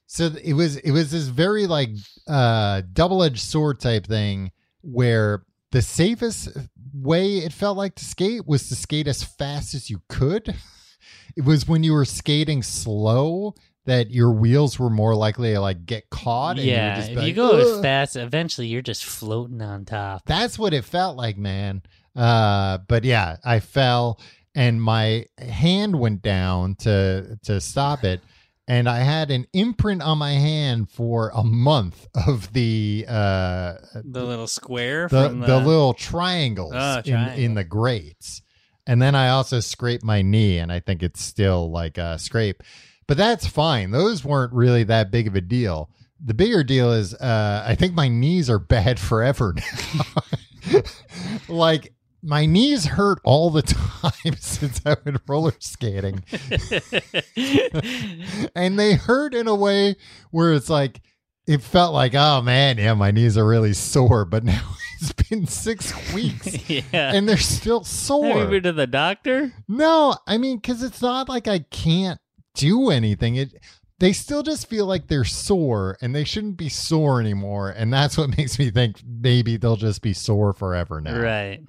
S4: so th- it was it was this very like uh double-edged sword type thing where the safest way it felt like to skate was to skate as fast as you could it was when you were skating slow that your wheels were more likely to like get caught and you would
S5: Yeah,
S4: just be
S5: if you
S4: like,
S5: go
S4: "Ugh."
S5: as fast, eventually you're just floating on top.
S4: That's what it felt like, man. Uh, but yeah, I fell and my hand went down to to stop it, and I had an imprint on my hand for a month of the uh,
S5: the little square
S4: the,
S5: from
S4: the
S5: the,
S4: little triangles
S5: Oh,
S4: in, in
S5: triangle.
S4: the grates. And then I also scraped my knee, and I think it's still like a scrape, but that's fine. Those weren't really that big of a deal. The bigger deal is uh, I think my knees are bad forever now. like my knees hurt all the time since I've been roller skating, and they hurt in a way where it's like it felt like oh man, yeah, my knees are really sore. But now it's been six weeks
S5: yeah.
S4: and they're still
S5: Have you
S4: sore.
S5: been to the doctor?
S4: No, I mean, because it's not like I can't do anything. It they still just feel like they're sore and they shouldn't be sore anymore. And that's what makes me think maybe they'll just be sore forever now.
S5: Right.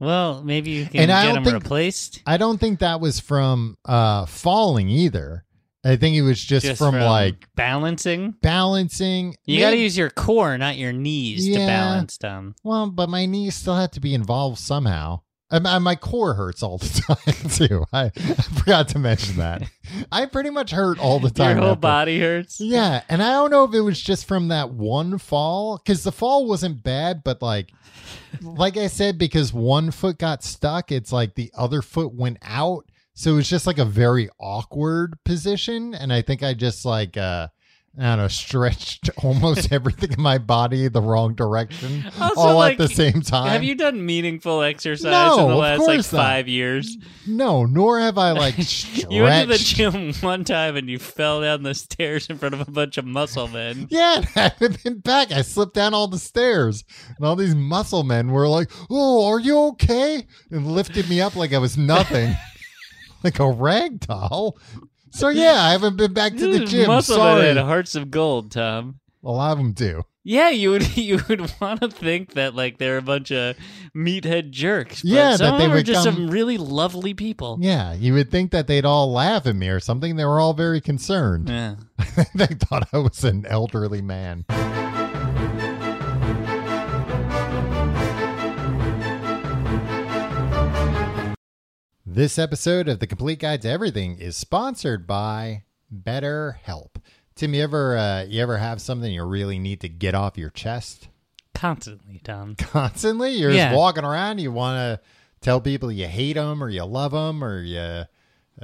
S5: Well, maybe you can
S4: And I
S5: get
S4: don't
S5: them
S4: think-
S5: replaced.
S4: I don't think that was from uh falling either. I think it was just, from, like
S5: balancing.
S4: balancing.
S5: You got to
S4: Maybe-
S5: use your core, not your knees, to
S4: Yeah.
S5: balance them.
S4: Well, but my knees still have to be involved somehow. And my- my core hurts all the time too. I, I forgot to mention that. I pretty much hurt all the time.
S5: Your whole
S4: after-
S5: body hurts.
S4: Yeah, and I don't know if it was just from that one fall because the fall wasn't bad, but like, like I said, because one foot got stuck, it's like the other foot went out, so it was just like a very awkward position, and I think I just like. uh I don't know, stretched almost everything in my body the wrong direction
S5: Also,
S4: all
S5: like,
S4: at the same time.
S5: Have you done meaningful exercise
S4: No,
S5: in the
S4: of
S5: last like
S4: course not.
S5: five years?
S4: No, nor have I like stretched.
S5: You went to the gym one time and you fell down the stairs in front of a bunch of muscle men.
S4: Yeah, and I haven't been back. I slipped down all the stairs, and all these muscle men were like, "Oh, are you okay?" and lifted me up like I was nothing, like a rag doll. So yeah, I haven't been back to the gym.
S5: muscle men
S4: Sorry,
S5: had hearts of gold, Tom.
S4: a lot of them do.
S5: Yeah, you would you would want to think that like they're a bunch of meathead jerks. But
S4: Yeah, that
S5: some of
S4: they
S5: them are
S4: would
S5: just
S4: come-
S5: some really lovely people.
S4: Yeah, you would think that they'd all laugh at me or something. They were all very concerned.
S5: Yeah.
S4: they thought I was an elderly man. This episode of The Complete Guide to Everything is sponsored by BetterHelp. Tim, you ever uh, you ever have something you really need to get off your chest
S5: constantly, Tom.
S4: constantly? You're
S5: Yeah.
S4: just walking around. You want to tell people you hate them or you love them or you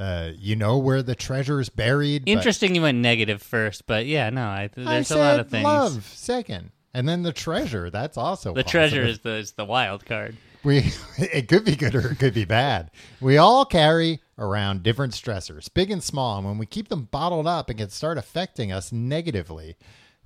S4: uh, you know where the treasure is buried. but-
S5: Interesting, you went negative first, but yeah, no, I, th-
S4: I
S5: there's a
S4: said
S5: lot of things.
S4: Love second, and then the treasure. That's also
S5: The
S4: positive.
S5: treasure is the is the wild card.
S4: We it could be good or it could be bad. We all carry around different stressors, big and small, and when we keep them bottled up, it can start affecting us negatively.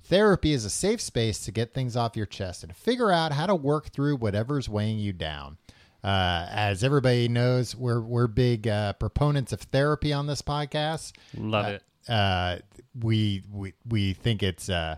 S4: Therapy is a safe space to get things off your chest and figure out how to work through whatever's weighing you down. Uh, as everybody knows, we're we're big uh, proponents of therapy on this podcast.
S5: Love it.
S4: Uh, we we we think it's uh,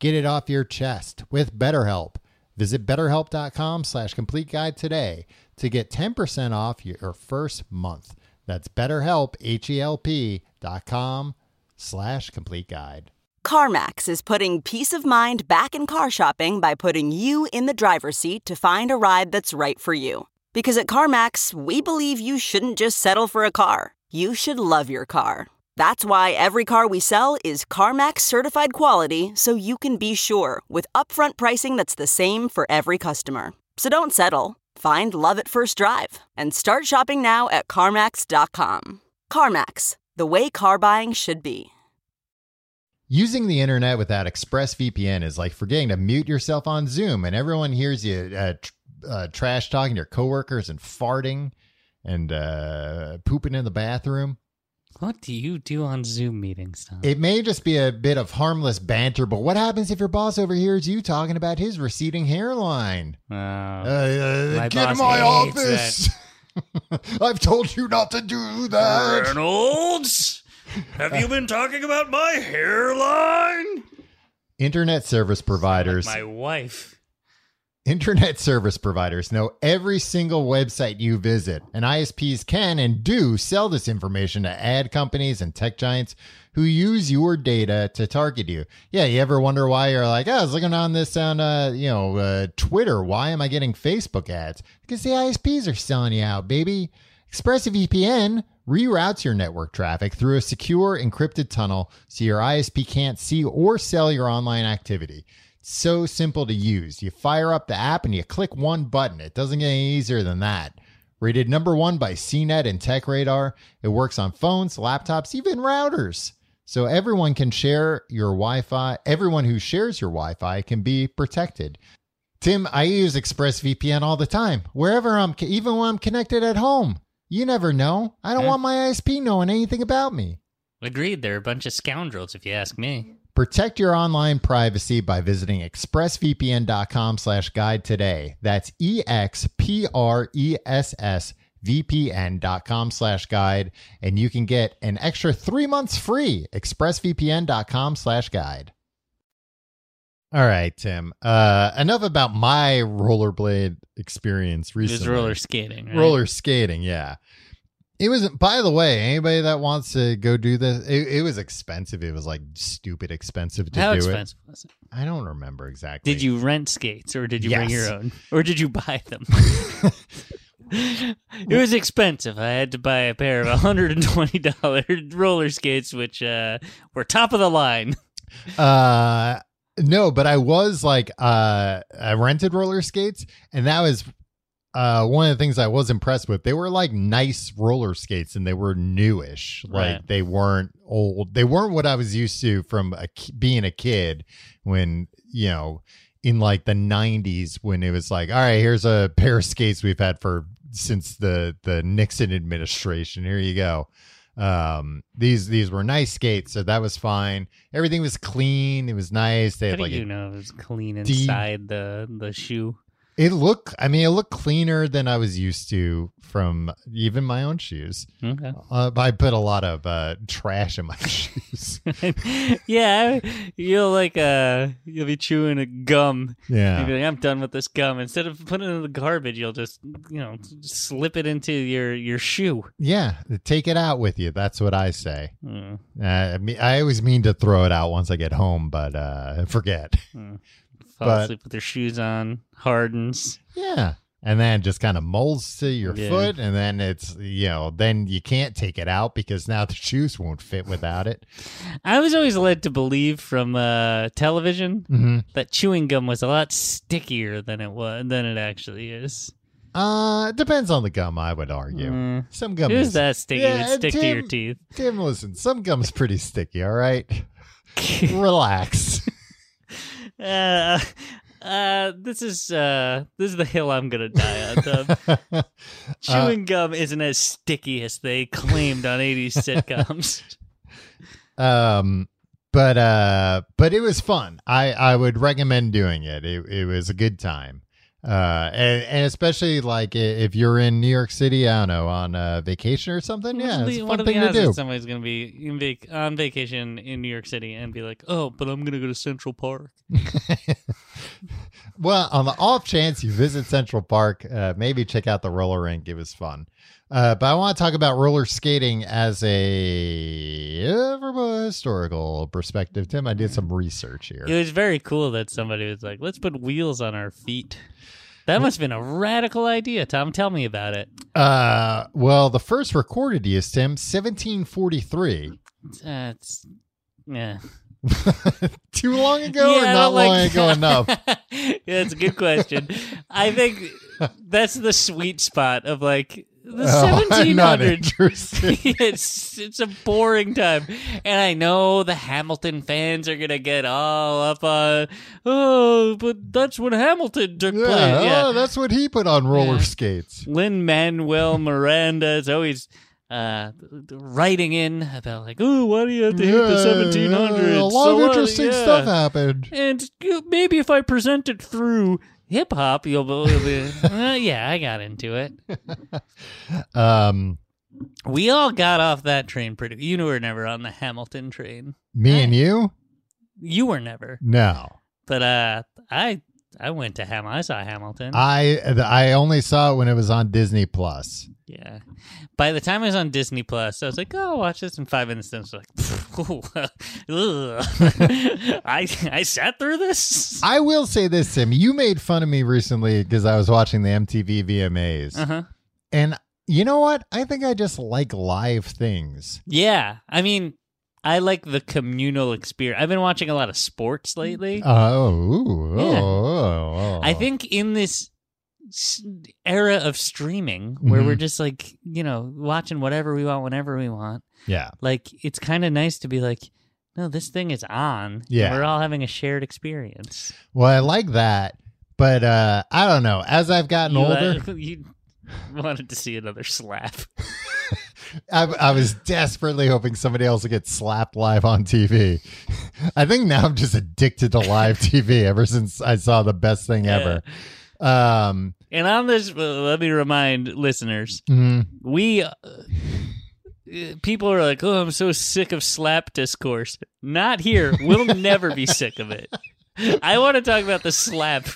S4: Get it off your chest with BetterHelp. Visit betterhelp.com slash complete guide today to get 10% off your first month. That's betterhelp, H-E-L-P dot com slash complete guide.
S6: CarMax is putting peace of mind back in car shopping by putting you in the driver's seat to find a ride that's right for you. Because at CarMax, we believe you shouldn't just settle for a car, you should love your car. That's why every car we sell is CarMax certified quality so you can be sure with upfront pricing that's the same for every customer. So don't settle. Find love at first drive and start shopping now at CarMax.com. CarMax, the way car buying should be.
S4: Using the internet without ExpressVPN is like forgetting to mute yourself on Zoom, and everyone hears you uh, tr- uh, trash talking your coworkers and farting and uh, pooping in the bathroom.
S5: What do you do on Zoom meetings, Tom?
S4: It may just be a bit of harmless banter, but what happens if your boss overhears you talking about his receding hairline?
S5: Oh.
S4: Uh, uh,
S5: My
S4: get in
S5: boss
S4: my
S5: hates
S4: office! I've told you not to do that.
S5: Reynolds, have you been talking about my hairline?
S4: Internet service providers.
S5: My wife.
S4: Internet service providers know every single website you visit, and ISPs can and do sell this information to ad companies and tech giants who use your data to target you. Yeah, you ever wonder why you're like, oh, I was looking on this on, uh, you know, uh, Twitter. Why am I getting Facebook ads? Because the ISPs are selling you out, baby. ExpressVPN reroutes your network traffic through a secure encrypted tunnel so your ISP can't see or sell your online activity. So simple to use. You fire up the app and you click one button. It doesn't get any easier than that. Rated number one by CNET and TechRadar, it works on phones, laptops, even routers. So everyone can share your Wi Fi. Everyone who shares your Wi Fi can be protected. Tim, I use ExpressVPN all the time, wherever I'm, even when I'm connected at home. You never know. I don't
S5: Huh?
S4: want my ISP knowing anything about me.
S5: Agreed, they're a bunch of scoundrels, if you ask me.
S4: Protect your online privacy by visiting expressvpn.com slash guide today. That's E E-X-P-R-E-S-S VPN.com slash guide. And you can get an extra three months free. ExpressVPN.com slash guide. All right, Tim. Uh, enough about my rollerblade experience recently.
S5: It's roller skating. Right?
S4: Roller skating, yeah. It was by the way, anybody that wants to go do this, it, it was expensive. It was like stupid expensive to
S5: How
S4: do
S5: expensive was it?
S4: it. I don't remember exactly.
S5: Did you rent skates or did you bring
S4: Yes.
S5: your own? Or did you buy them? it was expensive. I had to buy a pair of $120 roller skates, which uh, were top of the line.
S4: uh no, but I was like uh I rented roller skates and that was uh one of the things I was impressed with. They were like nice roller skates and they were newish. Like
S5: Right.
S4: they weren't old. They weren't what I was used to from a, ki- being a kid when, you know, in like the 90s when it was like, all right, here's a pair of skates we've had for since the the Nixon administration. Here you go. Um, these these were nice skates, so that was fine. Everything was clean. It was nice. They
S5: How
S4: had
S5: do
S4: like
S5: you
S4: a,
S5: know it was clean
S4: deep-
S5: inside the, the shoe?
S4: it looked. I mean, it looked cleaner than I was used to from even my own shoes.
S5: Okay.
S4: Uh, I put a lot of uh, trash in my shoes.
S5: yeah, I- you'll like uh, you'll be chewing a gum. You'll be
S4: Yeah,
S5: like, I'm done with this gum. Instead of putting it in the garbage, you'll just you know slip it into your your shoe.
S4: yeah. Take it out with you. That's what I say.
S5: Mm.
S4: Uh, I mean, I always mean to throw it out once I get home, but uh, I forget.
S5: Hmm. Fall
S4: But-
S5: asleep with their shoes on, hardens.
S4: Yeah. And then just kind of molds to your
S5: Yeah.
S4: foot. And then it's, you know, then you can't take it out because now the shoes won't fit without it.
S5: I was always led to believe from uh, television
S4: Mhm.
S5: that chewing gum was a lot stickier than it was than it actually is.
S4: Uh, it depends on the gum, I would argue.
S5: Mm.
S4: Some gum
S5: It is that sticky.
S4: Yeah,
S5: it
S4: and
S5: would stick to your
S4: Tim-
S5: teeth.
S4: Tim, listen, some gum's pretty sticky, all right? Relax.
S5: uh, uh, this is uh, this is the hill I'm gonna die on. Tom.
S4: Uh,
S5: Chewing gum isn't as sticky as they claimed on 80s sitcoms.
S4: um but uh but it was fun i i would recommend doing it it, it was a good time uh and, and especially like i- if you're in new york city i don't know on a vacation or something yeah it's a
S5: one
S4: fun
S5: of the
S4: thing to
S5: odds that
S4: do
S5: somebody's gonna be in vac- on vacation in New York City and be like, "Oh, but I'm gonna go to Central Park."
S4: well on the off chance you visit central park uh maybe check out the roller rink it was fun uh but i want to talk about roller skating as a uh, from a historical perspective tim i did some research here
S5: It was very cool that somebody was like, "Let's put wheels on our feet." That must have been a radical idea, Tom. Tell me about it.
S4: Uh, well, the first recorded use, Tim, 1743.
S5: Uh, it's, yeah.
S4: Too long ago
S5: Yeah,
S4: or
S5: I
S4: not
S5: don't like-
S4: long ago enough? Oh,
S5: yeah, that's a good question. I think that's the sweet spot of like the
S4: Oh, I'm not
S5: 1700s.
S4: interested.
S5: it's it's a boring time, and I know the Hamilton fans are gonna get all up on. Oh, but that's when Hamilton took
S4: Yeah,
S5: place.
S4: Oh, that's what he put on roller skates.
S5: Lin Manuel Miranda is always uh, writing in about like, oh, why do you have to hate
S4: Yeah,
S5: the 1700s?
S4: A lot
S5: So
S4: of interesting
S5: yeah.
S4: stuff happened.
S5: And you- maybe if I present it through hip hop, you'll be, you'll be "Uh, yeah, I got into it.
S4: Um,
S5: We all got off that train pretty. You were never on the Hamilton train.
S4: me and you?
S5: You were never,
S4: No.
S5: but uh, I I went to Ham. I saw Hamilton.
S4: I I only saw it when it was on Disney Plus.
S5: Yeah. By the time I was on Disney Plus, I was like, "Oh, I'll watch this in five minutes." And I was like, "Ugh." "I I sat through this."
S4: I will say this, Tim. You made fun of me recently because I was watching the MTV VMAs.
S5: Uh huh.
S4: And you know what? I think I just like live things.
S5: Yeah. I mean, I like the communal experience. I've been watching a lot of sports lately.
S4: Oh, ooh,
S5: Yeah.
S4: oh, oh,
S5: I think in this s- era of streaming, where
S4: Mhm.
S5: we're just like you know watching whatever we want whenever we want,
S4: yeah,
S5: like it's kind of nice to be like, no, this thing is on.
S4: Yeah.
S5: We're all having a shared experience.
S4: Well, I like that, but uh, I don't know. As I've gotten
S5: You,
S4: older,
S5: uh, you wanted to see another slap.
S4: I, I was desperately hoping somebody else would get slapped live on TV. I think now I'm just addicted to live TV ever since I saw the best thing ever. Um,
S5: And on this, well, let me remind listeners,
S4: mhm.
S5: we. Uh, uh, People are like, "Oh, I'm so sick of slap discourse." Not here. We'll never be sick of it. I want to talk about the slap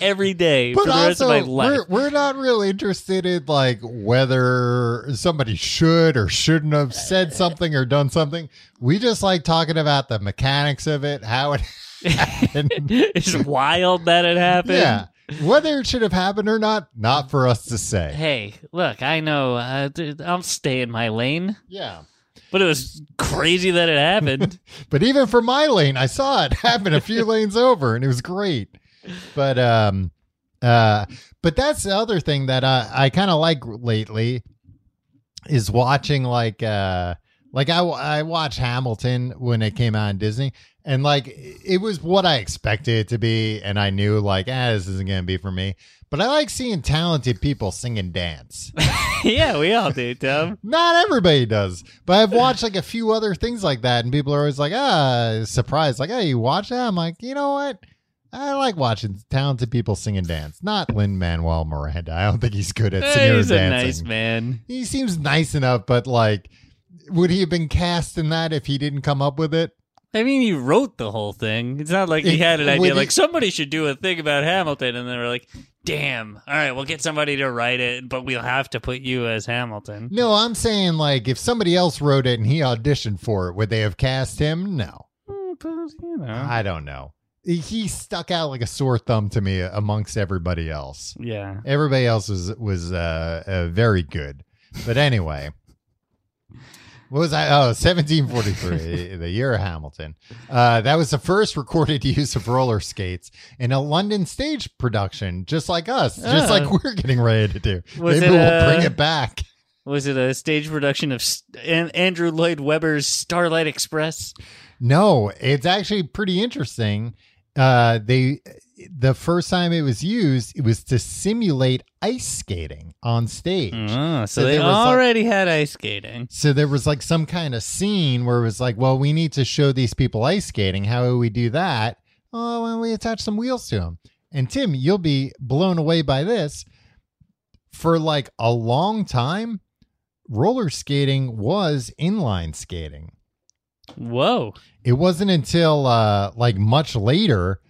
S5: every day
S4: But
S5: for the rest of my
S4: also,
S5: life.
S4: we're, we're not really interested in like whether somebody should or shouldn't have
S5: Eh.
S4: said something or done something. We just like talking about the mechanics of it, how it happened.
S5: it's wild that it happened.
S4: yeah. Whether it should have happened or not, not for us to say.
S5: Hey, look, I know. Uh, th- I'll stay in my lane,
S4: Yeah.
S5: but it was crazy that it happened.
S4: But even for my lane, I saw it happen a few lanes over, and it was great. But um, uh, but that's the other thing that I I kind of like lately is watching like uh like I I watched Hamilton when it came out on Disney, and like it was what I expected it to be, and I knew like ah this isn't gonna be for me. But I like seeing talented people sing and dance.
S5: yeah, we all do, Tom.
S4: Not everybody does, but I've watched like a few other things like that, and people are always like, ah, surprised. Like, hey, you watch that? I'm like, you know what? I like watching talented people sing and dance. Not Lin Manuel Miranda. I don't think he's good at singing
S5: Eh, He's
S4: or
S5: a
S4: dancing.
S5: nice man.
S4: He seems nice enough, but like, would he have been cast in that if he didn't come up with it?
S5: I mean, he wrote the whole thing. It's not like he
S4: It-
S5: had an
S4: would
S5: idea.
S4: it-
S5: Like somebody should do a thing about Hamilton, and they were like, "Damn, all right, we'll get somebody to write it, but we'll have to put you as Hamilton."
S4: No, I'm saying like if somebody else wrote it and he auditioned for it, would they have cast him? No.
S5: Mm, but, you know.
S4: I don't know. He- He stuck out like a sore thumb to me amongst everybody else.
S5: yeah.
S4: Everybody else was was uh, uh, very good, but anyway, what was I? Oh, 1743, the year of Hamilton. Uh, that was the first recorded use of roller skates in a London stage production, just like us, just
S5: Oh.
S4: like we're getting ready to do.
S5: Was
S4: Maybe
S5: it,
S4: we'll
S5: uh,
S4: bring it back.
S5: Was it a stage production of S- An- Andrew Lloyd Webber's Starlight Express?
S4: No, it's actually pretty interesting. Uh, they the first time it was used, it was to simulate ice skating on stage.
S5: Oh, so,
S4: Ah, So
S5: they
S4: there was, like-
S5: already had ice skating.
S4: So there was like some kind of scene where it was like, well, we need to show these people ice skating. How do we do that? Oh, well, we attach some wheels to them. And Tim, you'll be blown away by this. For like a long time, roller skating was inline skating.
S5: Whoa.
S4: It wasn't until uh, like much later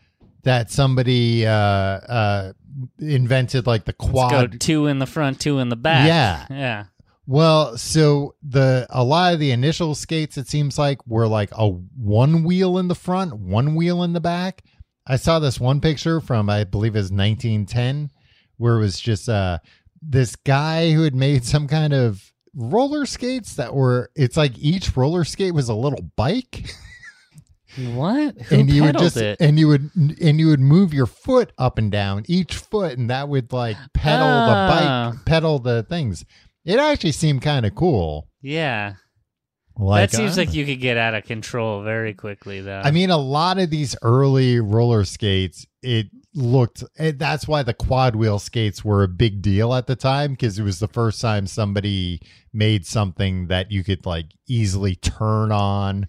S4: that somebody uh, uh, invented like the
S5: Let's
S4: quad
S5: go two in the front, two in the back.
S4: Yeah.
S5: Yeah.
S4: Well, so the a lot of the initial skates it seems like were like a one wheel in the front, one wheel in the back. I saw this one picture from I believe it was 1910 where it was just uh this guy who had made some kind of roller skates that were it's like each roller skate was a little bike
S5: What? Who
S4: and you would
S5: pedaled
S4: just
S5: it?
S4: and you would and you would move your foot up and down each foot and that would like pedal the
S5: Ah.
S4: bike pedal the things it actually seemed kind of cool
S5: yeah.
S4: like,
S5: that seems
S4: uh,
S5: like uh, you could get out of control very quickly, though.
S4: I mean, a lot of these early roller skates, it looked. It, that's why the quad wheel skates were a big deal at the time because it was the first time somebody made something that you could like easily turn on.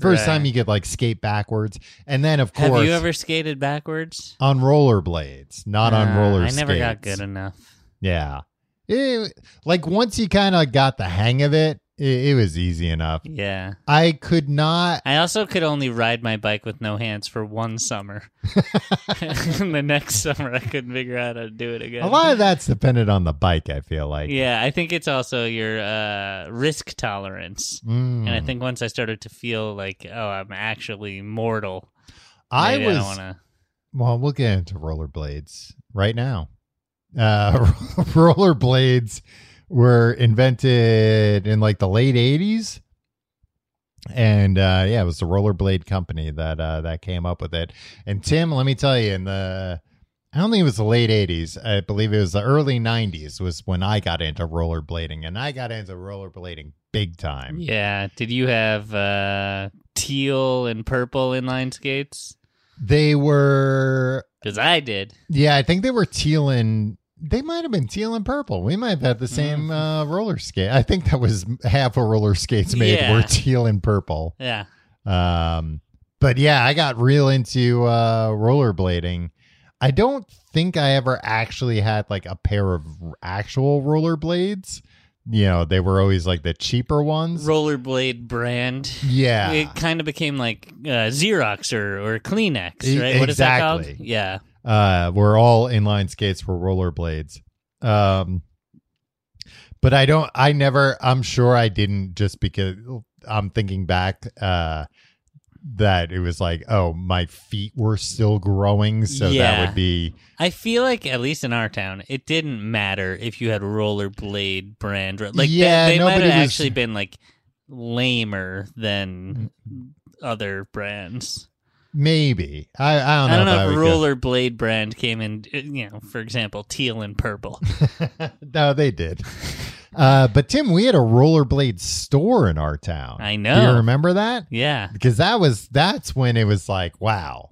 S4: First
S5: Right.
S4: time you could like skate backwards, and then of
S5: have
S4: course
S5: you ever skated backwards?
S4: on rollerblades, not on
S5: Nah,
S4: roller.
S5: I never got
S4: skates.
S5: good enough.
S4: Yeah, It- like once you kind of got the hang of it, it, it was easy enough.
S5: Yeah.
S4: I could not.
S5: I also could only ride my bike with no hands for one summer. and the next summer, I couldn't figure out how to do it again.
S4: A lot of that's dependent on the bike. I feel like.
S5: Yeah, I think it's also your uh, risk tolerance.
S4: Mm.
S5: And I think once I started to feel like, oh, I'm actually mortal,
S4: I
S5: maybe
S4: was.
S5: don't wanna...
S4: Well, we'll get into rollerblades right now. Uh, rollerblades were invented in like the late '80s, and uh, yeah, it was the rollerblade company that uh, that came up with it. And Tim, let me tell you, in the I don't think it was the late 80s. I believe it was the early 90s was when I got into rollerblading, and I got into rollerblading big time.
S5: Yeah. Did you have uh, teal and purple inline skates?
S4: They were,
S5: Because I did.
S4: yeah, I think they were teal and they might have been teal and purple. We might have had the
S5: Mm-hmm.
S4: same uh, roller skate. I think that was half of roller skates made
S5: Yeah.
S4: were teal and purple.
S5: Yeah.
S4: Um, but yeah, I got real into uh, rollerblading. I don't think I ever actually had like a pair of r- actual rollerblades. You know, they were always like the cheaper ones.
S5: Rollerblade brand.
S4: yeah.
S5: It kind of became like uh, Xerox or, or Kleenex,
S4: E-
S5: right? What is that called?
S4: exactly.
S5: Yeah.
S4: uh, were all inline skates were rollerblades. Um, but I don't, I never, I'm sure I didn't just because I'm thinking back, uh, that it was like, oh, my feet were still growing. So
S5: Yeah.
S4: that would be,
S5: I feel like at least in our town, it didn't matter if you had rollerblade brand. ro- Like
S4: Yeah,
S5: they, they might have
S4: nobody was-
S5: actually been like lamer than other brands.
S4: Maybe I I don't know.
S5: I don't
S4: if
S5: know,
S4: I would
S5: if
S4: go-
S5: rollerblade brand came in, uh, you know, for example, teal and purple.
S4: no, they did. Uh, but Tim, we had a rollerblade store in our town.
S5: I
S4: Do you
S5: know.
S4: remember that?
S5: yeah.
S4: Because that was that's when it was like, wow,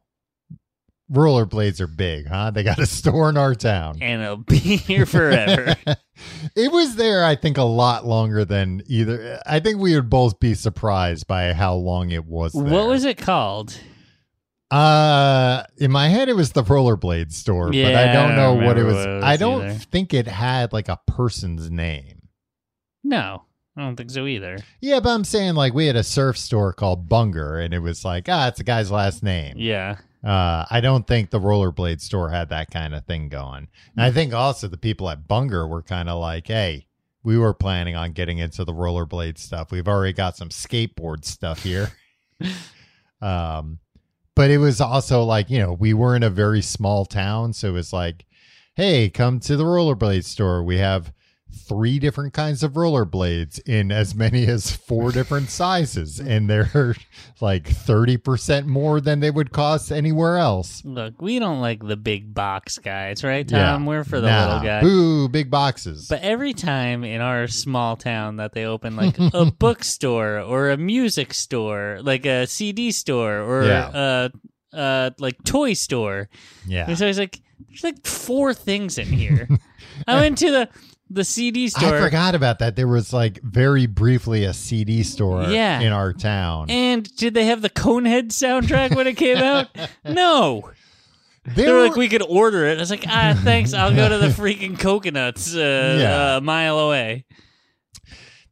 S4: rollerblades are big, huh? They got a store in our town.
S5: And it'll be here forever.
S4: it was there, I think, a lot longer than either. I think we would both be surprised by how long it was.
S5: what was it called?
S4: Uh, in my head, it was the rollerblade store, but
S5: Yeah,
S4: I
S5: I
S4: don't know
S5: don't
S4: what it
S5: remember
S4: was.
S5: what it
S4: I
S5: was
S4: don't
S5: either.
S4: think it had like a person's name.
S5: No, I don't think so either.
S4: Yeah, but I'm saying like we had a surf store called Bunger, and it was like ah, it's a guy's last name.
S5: Yeah.
S4: Uh, I don't think the rollerblade store had that kind of thing going. And I think also the people at Bunger were kind of like, hey. We were planning on getting into the rollerblade stuff. We've already got some skateboard stuff here. um, but it was also like, you know, we were in a very small town. So it was like, hey, come to the rollerblade store. We have three different kinds of rollerblades in as many as four different sizes. And they're like 30% more than they would cost anywhere else.
S5: Look, we don't like the big box guys, right,
S4: Yeah.
S5: Tom? We're for the
S4: Nah.
S5: little guy.
S4: Boo, big boxes.
S5: But every time in our small town that they open like a bookstore or a music store, like a CD store or
S4: Yeah.
S5: a uh, like toy store,
S4: yeah.
S5: and so I was like, "There's like four things in here." I went to the the CD
S4: I
S5: store
S4: forgot about that. There was like very briefly a CD store
S5: Yeah.
S4: in our town.
S5: and did they have the Conehead soundtrack when it came out? No. They were
S4: There-
S5: like, we could order it. I was like, ah, thanks. I'll go to the freaking coconuts uh,
S4: Yeah.
S5: a mile away.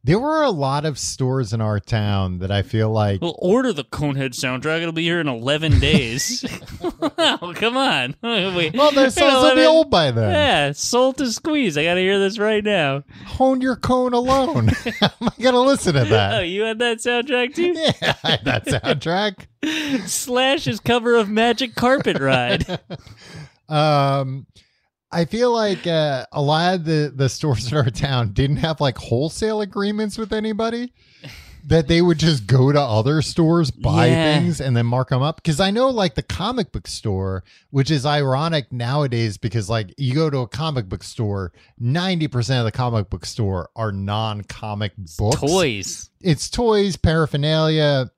S4: there were a lot of stores in our town that I feel like
S5: We'll order the Conehead soundtrack. It'll be here in 11 days. wow, come on. Wait,
S4: Well, their songs will be
S5: 11
S4: old by then.
S5: Yeah, soul to squeeze. I got to hear this right now.
S4: Hone your cone alone. How am I gonna listen to
S5: Oh,
S4: that?
S5: you had that soundtrack too?
S4: Yeah, I had that soundtrack.
S5: Slash's cover of Magic Carpet Ride.
S4: Um, I feel like uh, a lot of the the stores in our town didn't have like wholesale agreements with anybody. That they would just go to other stores, buy
S5: Yeah.
S4: things, and then mark them up. Because I know, like the comic book store, which is ironic nowadays, because like you go to a comic book store, ninety percent of the comic book store are non-comic books,
S5: Toys.
S4: it's toys, paraphernalia,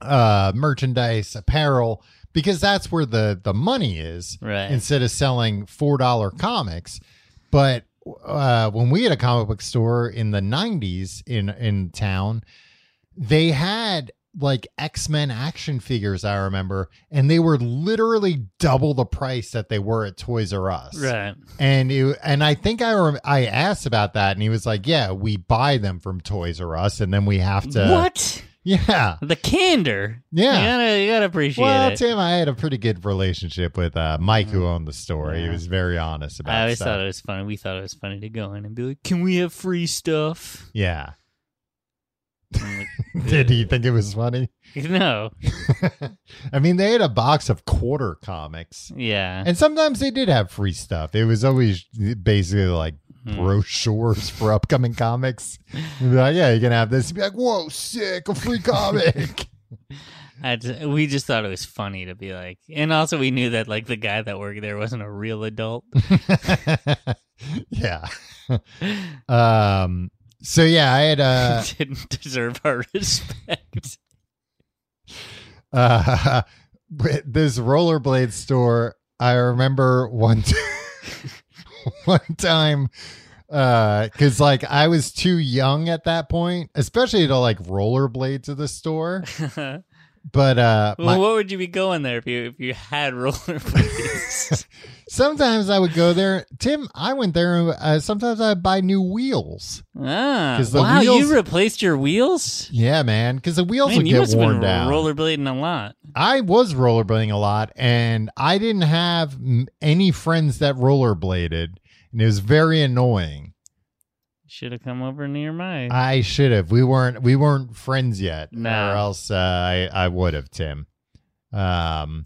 S4: uh, merchandise, apparel, because that's where the the money is.
S5: Right.
S4: Instead of selling four dollar comics, but uh, when we had a comic book store in the '90s in in town, they had like X Men action figures. I remember, and they were literally double the price that they were at Toys R Us
S5: Right.
S4: and it, and I think I rem- I asked about that, and he was like, "Yeah, we buy them from Toys R Us, and then we have to."
S5: What?
S4: Yeah,
S5: The candor.
S4: Yeah.
S5: You gotta, you gotta appreciate
S4: well,
S5: it. Mm.
S4: Tim, I had a pretty good relationship with uh, Mike, who owned the store. He
S5: Yeah.
S4: was very honest about.
S5: I always
S4: stuff.
S5: thought it was funny. We thought it was funny to go in and be like, "Can we have free stuff?"
S4: Yeah.
S5: I'm like,
S4: Did he think it was funny?
S5: No.
S4: I mean, they had a box of quarter comics,
S5: Yeah.
S4: and sometimes they did have free stuff. It was always basically like brochures for upcoming comics. You'd be like, yeah, you're gonna have this. You'd be like, whoa, sick, a free comic.
S5: I just, we just thought it was funny to be like, and also we knew that like the guy that worked there wasn't a real adult.
S4: yeah. Um. So yeah, I had uh,
S5: didn't deserve our respect.
S4: uh but this rollerblade store. I remember one t- one time uh because like I was too young at that point, especially to like rollerblade to the store.
S5: well,
S4: But uh, my-
S5: what would you be going there if you if you had rollerblades?
S4: sometimes I would go there. Tim, I went there. Uh, sometimes I'd buy new wheels.
S5: ah,
S4: 'Cause the
S5: wow,
S4: wheels-
S5: you replaced your wheels.
S4: Yeah, man, because the wheels
S5: Man,
S4: would
S5: you
S4: get
S5: must have
S4: worn
S5: been
S4: down.
S5: rollerblading a lot.
S4: I was rollerblading a lot, and I didn't have m- any friends that rollerbladed, and it was very annoying.
S5: Should have come over near my.
S4: I should have. We weren't. We weren't friends yet,
S5: No.
S4: or else uh, I I would have Tim. Um,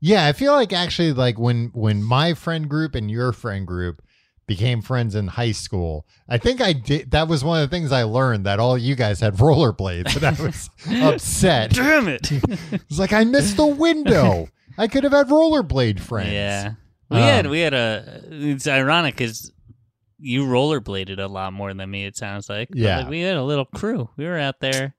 S4: yeah, I feel like actually, like when when my friend group and your friend group became friends in high school, I think I did. That was one of the things I learned that all you guys had rollerblades, and I was upset.
S5: Damn it!
S4: It's like I missed the window. I could have had rollerblade friends.
S5: Yeah, we
S4: Um,
S5: had we had a. It's ironic because you rollerbladed a lot more than me. It sounds like. But,
S4: Yeah.
S5: like, we had a little crew. We were out there.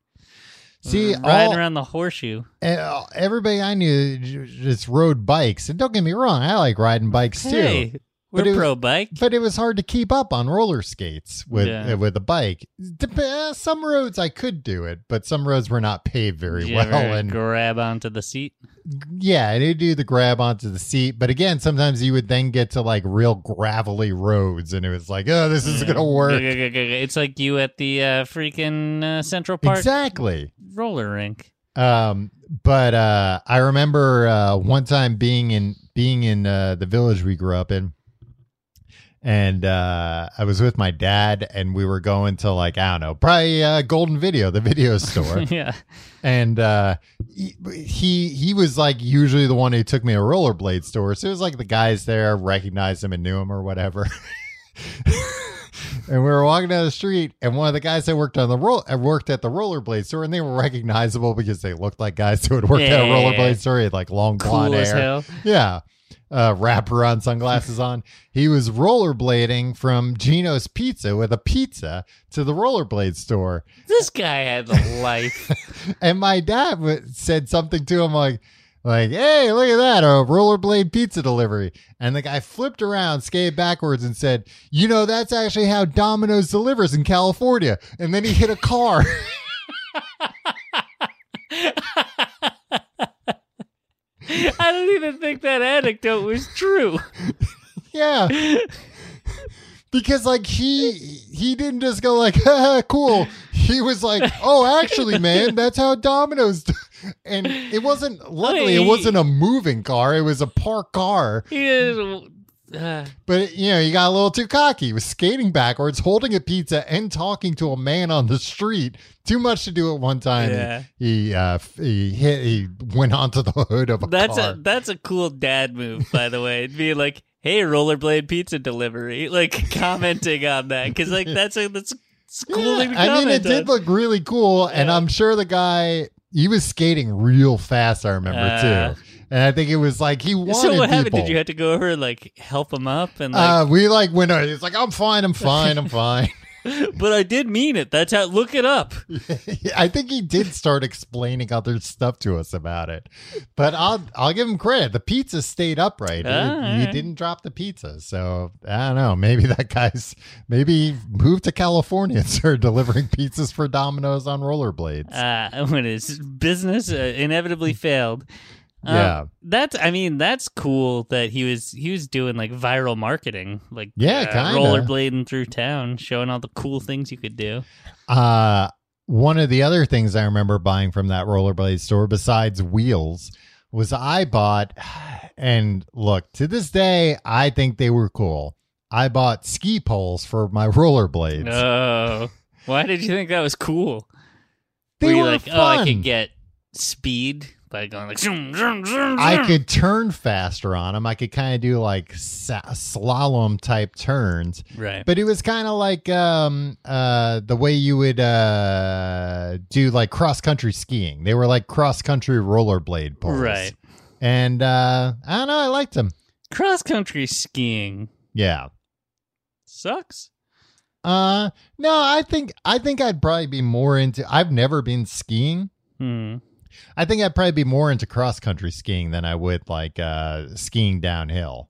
S4: See,
S5: riding
S4: all-
S5: around the horseshoe.
S4: Uh, everybody I knew j- just rode bikes, and don't get me wrong, I like riding bikes too.
S5: Hey,
S4: But it
S5: we're
S4: was-
S5: pro bike.
S4: But it was hard to keep up on roller skates with
S5: Yeah.
S4: uh, with a bike. Dep- uh, some roads I could do it, but some roads were not paved very
S5: Did you
S4: well,
S5: ever
S4: and
S5: grab onto the seat.
S4: yeah, and it'd do the grab onto the seat. But again, sometimes you would then get to like real gravelly roads, and it was like, oh, this is
S5: Mm. Yeah.
S4: gonna work.
S5: It's like you at the uh, freaking uh, Central Park
S4: Exactly.
S5: roller rink.
S4: Um, but uh, I remember uh, one time being in being in uh, the village we grew up in, and uh, I was with my dad, and we were going to like I don't know, probably uh, Golden Video, the video store,
S5: yeah.
S4: and uh, he- he he was like usually the one who took me to a rollerblade store, so it was like the guys there recognized him and knew him or whatever. and we were walking down the street, and one of the guys that worked on the roll uh, worked at the rollerblade store, and they were recognizable because they looked like guys who had worked at a
S5: Yeah.
S4: rollerblade store. He had like long blonde
S5: Cool as
S4: hair,
S5: hell.
S4: yeah, uh, wrapper on, sunglasses on. He was rollerblading from Gino's Pizza with a pizza to the rollerblade store,
S5: This guy had the life.
S4: and my dad w- said something to him like, like, hey, look at that, a rollerblade pizza delivery. And the guy flipped around, skated backwards, and said, you know, that's actually how Domino's delivers in California. And then he hit a car.
S5: I don't even think that anecdote was true.
S4: yeah. Because like he he didn't just go like "Haha, cool. He was like, "Oh, actually, man, that's how Domino's." do-" And it wasn't luckily it
S5: Wait.
S4: wasn't a moving car. It was a parked car.
S5: He is. Uh,
S4: But you know, he got a little too cocky. He was skating backwards, holding a pizza, and talking to a man on the street. Too much to do at one time.
S5: Yeah.
S4: He uh, f- he hit. He went onto the hood of a
S5: That's
S4: car.
S5: a that's a cool dad move, by the way. It'd be like, "Hey, rollerblade pizza delivery," like commenting on that because like that's a that's it's a cool
S4: Yeah,
S5: thing to
S4: I mean, it
S5: comment
S4: did
S5: on.
S4: look really cool, and
S5: Yeah.
S4: I'm sure the guy he was skating real fast. I remember
S5: Uh.
S4: too, and I think it was like he wanted.
S5: so what happened?
S4: people.
S5: Did you have to go over and like help him up and like?
S4: uh, we like went. over- He's like, I'm fine. I'm fine. I'm fine. Uh,
S5: but I did mean it. That's how. Look it up.
S4: I think he did start explaining other stuff to us about it, but I'll I'll give him credit. The pizza stayed upright. He-
S5: Ah,
S4: he
S5: alright.
S4: didn't drop the pizza, so I don't know. Maybe that guy's maybe he moved to California and started delivering pizzas for Domino's on rollerblades.
S5: Uh, when his business uh, inevitably failed. Um,
S4: Yeah.
S5: that's. I mean, that's cool that he was he was doing like viral marketing, like
S4: Yeah,
S5: uh,
S4: kinda.
S5: rollerblading through town, showing all the cool things you could do.
S4: Uh, one of the other things I remember buying from that rollerblade store, besides wheels, was I bought, and look, to this day, I think they were cool. I bought ski poles for my rollerblades.
S5: No. Why did you think that was cool?
S4: They
S5: were you
S4: were
S5: like, oh, I
S4: fun.
S5: could get speed by going like zoom, zoom, zoom,
S4: I
S5: zoom.
S4: could turn faster on him. I could kind of do like sa- slalom type turns.
S5: Right.
S4: But it was kind of like um, uh, the way you would uh, do like cross country skiing. They were like cross country rollerblade poles.
S5: Right.
S4: And uh, I don't know. I liked them.
S5: Cross country skiing
S4: Yeah.
S5: sucks.
S4: Uh, no, I think I think I'd probably be more into. I've never been skiing.
S5: Hmm.
S4: I think I'd probably be more into cross country skiing than I would like uh, skiing downhill.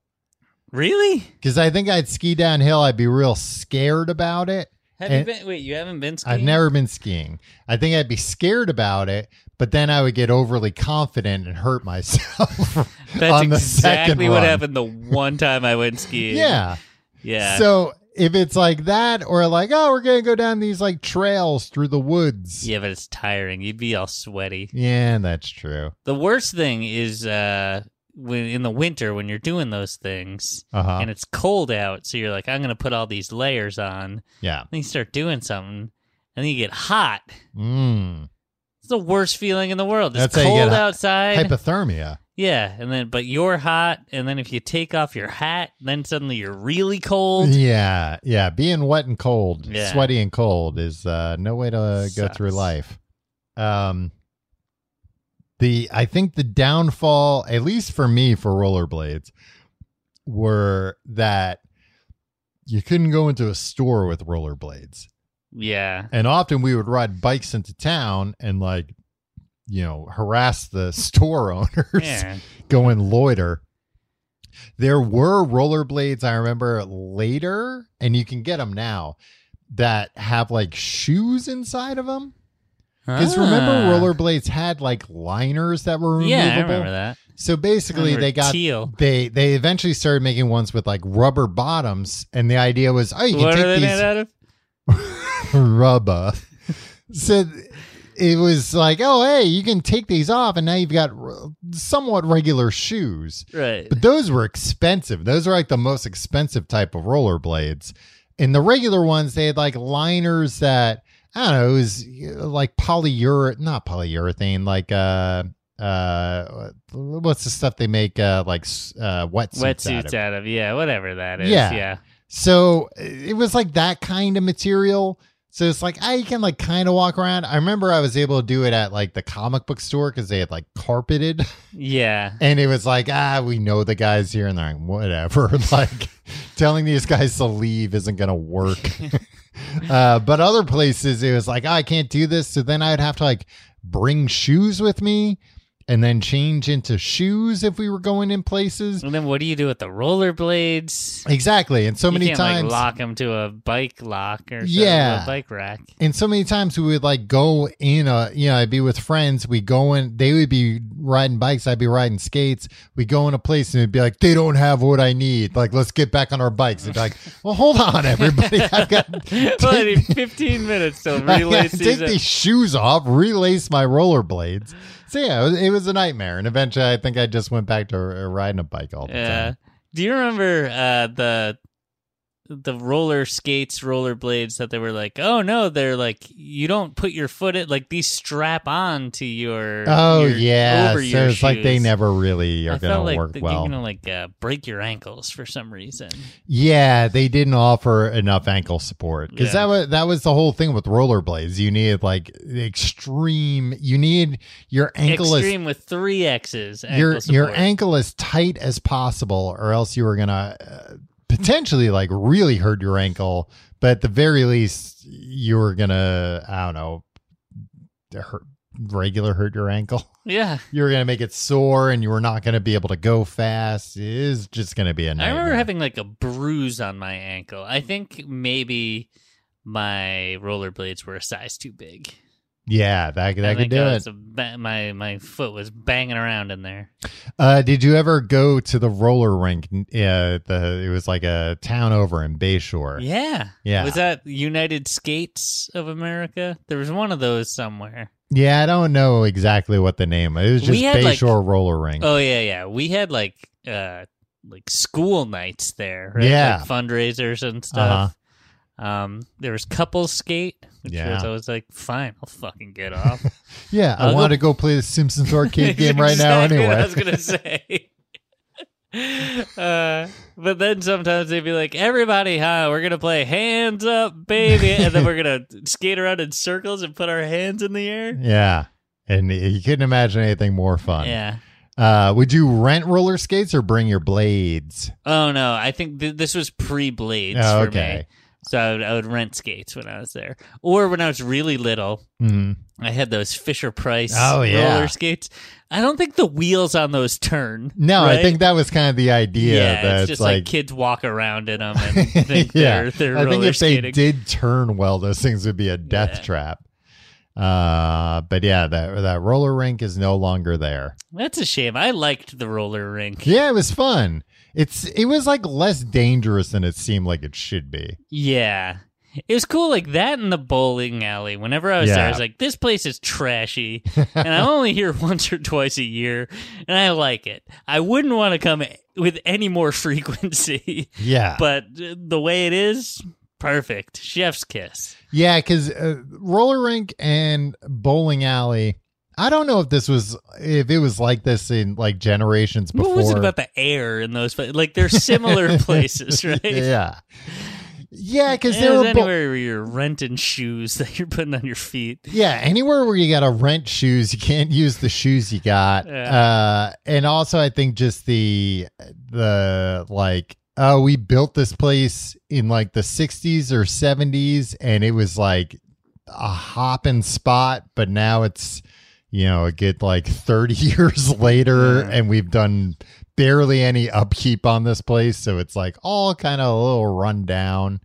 S5: Really?
S4: Because I think I'd ski downhill. I'd be real scared about it.
S5: Have
S4: And-
S5: you been? Wait, you haven't been skiing?
S4: Eh, I've never been skiing. I think I'd be scared about it, but then I would get overly confident and hurt myself
S5: That's
S4: on the second
S5: exactly what
S4: run.
S5: happened the one time I went skiing.
S4: Yeah.
S5: Yeah.
S4: So if it's like that, or like, oh, we're gonna go down these like trails through the woods.
S5: yeah, but it's tiring. You'd be all sweaty.
S4: Yeah, that's true.
S5: The worst thing is uh when in the winter when you're doing those things
S4: Uh-huh.
S5: and it's cold out, so you're like, I'm gonna put all these layers on.
S4: Yeah.
S5: Then you start doing something, and then you get hot.
S4: Mm.
S5: It's the worst feeling in the world. It's
S4: That's how you get
S5: cold
S4: a-
S5: outside.
S4: Hypothermia.
S5: yeah, and then but you're hot, and then if you take off your hat, then suddenly you're really cold.
S4: Yeah. Yeah. Being wet and cold,
S5: Yeah.
S4: sweaty and cold is uh, no way to go
S5: Sucks.
S4: through life. Um, the I think the downfall, at least for me, for rollerblades, were that you couldn't go into a store with rollerblades,
S5: Yeah.
S4: and often we would ride bikes into town and like, you know, harass the store owners
S5: Yeah.
S4: going loiter. There were rollerblades I remember later, and you can get them now that have like shoes inside of them. Because
S5: Ah.
S4: remember, rollerblades had like liners that were removable.
S5: Yeah, I remember that.
S4: So basically,
S5: Remember
S4: they got
S5: teal.
S4: they they eventually started making ones with like rubber bottoms, and the idea was, oh, you can
S5: What
S4: take
S5: are they made
S4: these
S5: out of?
S4: rubber. so th- it was like, oh, hey, you can take these off, and now you've got r- somewhat regular shoes.
S5: Right.
S4: But those were expensive. Those are like the most expensive type of rollerblades. And the regular ones, they had like liners that I don't know, it was uh, like polyurethane, not polyurethane, like uh uh what's the stuff they make uh like s- uh wetsuits, out
S5: Wetsuits
S4: of?
S5: out of. Yeah, whatever that is.
S4: Yeah.
S5: Yeah.
S4: So uh, it was like that kind of material. So it's like I can like kind of walk around. I remember I was able to do it at like the comic book store because they had like carpeted
S5: Yeah.
S4: and it was like, ah, we know the guys here, and they're like, whatever. like, telling these guys to leave isn't going to work. uh, but other places, it was like, oh, I can't do this. So then I'd have to like bring shoes with me and then change into shoes if we were going in places.
S5: And then what do you do with the rollerblades?
S4: Exactly. And so
S5: you
S4: many
S5: can't,
S4: times.
S5: like lock them to a bike lock or
S4: Yeah.
S5: yeah, a bike rack.
S4: and so many times we would like go in a you know i'd be with friends we go in they would be riding bikes i'd be riding skates we go in a place and it'd be like they don't have what i need like let's get back on our bikes it'd be like well hold on everybody i've got
S5: well, I need 15 minutes till
S4: I
S5: relay
S4: gotta take
S5: season.
S4: these shoes off relace my rollerblades so yeah it was, it was a nightmare and eventually i think i just went back to uh, riding a bike all the
S5: yeah.
S4: time
S5: Uh, Do you remember uh, the the roller skates, rollerblades that they were like, oh no, they're like you don't put your foot in like these strap on to your
S4: oh
S5: your-
S4: yeah so
S5: over
S4: it's
S5: your
S4: like they
S5: shoes.
S4: never really are
S5: I
S4: gonna
S5: felt like
S4: work
S5: that
S4: well
S5: you're gonna like uh, break your ankles for some reason.
S4: Yeah, they didn't offer enough ankle support because that
S5: Yeah.
S4: was that was the whole thing with rollerblades. You needed like extreme. You need your ankle
S5: Extreme with three X's.
S4: as your
S5: ankle
S4: your
S5: support.
S4: ankle as tight as possible, or else you were gonna uh, potentially like really hurt your ankle. But at the very least, you were gonna I don't know, hurt, regular hurt your ankle.
S5: Yeah,
S4: You were gonna make it sore, and you were not gonna be able to go fast. It is just gonna be a
S5: I
S4: nightmare.
S5: remember having like a bruise on my ankle. I think maybe my rollerblades were a size too big.
S4: yeah, that
S5: I
S4: that could
S5: think
S4: do
S5: I
S4: it.
S5: was a ba- my my foot was banging around in there.
S4: Uh, did you ever go to the roller rink? Uh, the it was like a town over in Bayshore.
S5: Yeah,
S4: Yeah.
S5: Was that United Skates of America? There was one of those somewhere.
S4: Yeah, I don't know exactly what the name. It was
S5: We
S4: just
S5: had, like-
S4: Bayshore Roller Rink.
S5: Oh yeah, yeah. We had like uh like school nights there, right?
S4: Yeah. Uh-huh.
S5: Like fundraisers and stuff. Um, there was couples skate, which
S4: Yeah.
S5: was always like, fine, I'll fucking get off.
S4: Yeah, I
S5: I'll
S4: want to go play the Simpsons arcade game right now
S5: Exactly what I
S4: anyway.
S5: was gonna say. Uh, but then sometimes they'd be like, "Everybody, huh? We're gonna play hands up, baby," and then we're gonna skate around in circles and put our hands in the air.
S4: Yeah. And you couldn't imagine anything more fun.
S5: Yeah.
S4: Uh, would you rent roller skates or bring your blades?
S5: Oh no, I think th- this was pre blades
S4: Oh,
S5: for
S4: okay.
S5: me. So I would, I would rent skates when I was there, or when I was really little.
S4: Mm.
S5: I had those Fisher Price
S4: Oh, yeah.
S5: roller skates. I don't think the wheels on those turn.
S4: No, I
S5: right?
S4: think that was kind of the idea.
S5: yeah,
S4: that
S5: it's just like, kids walk around in them and think they're they're
S4: I think
S5: roller
S4: if
S5: skating.
S4: they did turn well, those things would be a death
S5: Yeah.
S4: trap. Uh, but yeah, that that roller rink is no longer there.
S5: That's a shame. I liked the roller rink. Yeah,
S4: Yeah, it was fun. It's it was like less dangerous than it seemed like it should be.
S5: it was cool like that in the bowling alley. Whenever I was there, I
S4: Yeah.
S5: was like, this place is trashy, and I'm only here once or twice a year, and I like it. I wouldn't want to come with any more frequency,
S4: Yeah,
S5: but uh, the way it is, perfect. Chef's kiss.
S4: yeah, because uh, roller rink and bowling alley. I don't know if this was if it was like this in like generations before.
S5: What was it about the air in those? pla- Like they're similar places, right?
S4: yeah, yeah, because
S5: Yeah,
S4: there were
S5: it's
S4: bo-
S5: anywhere where you're renting shoes that you're putting on your feet.
S4: Yeah, anywhere where you got to rent shoes, you can't use the shoes you got. Uh, and also, I think just the the like, oh, we built this place in like the '60s or '70s, and it was like a hopping spot, but now it's you know a good like 30 years later, and we've done barely any upkeep on this place, so it's like all kind of a little run down.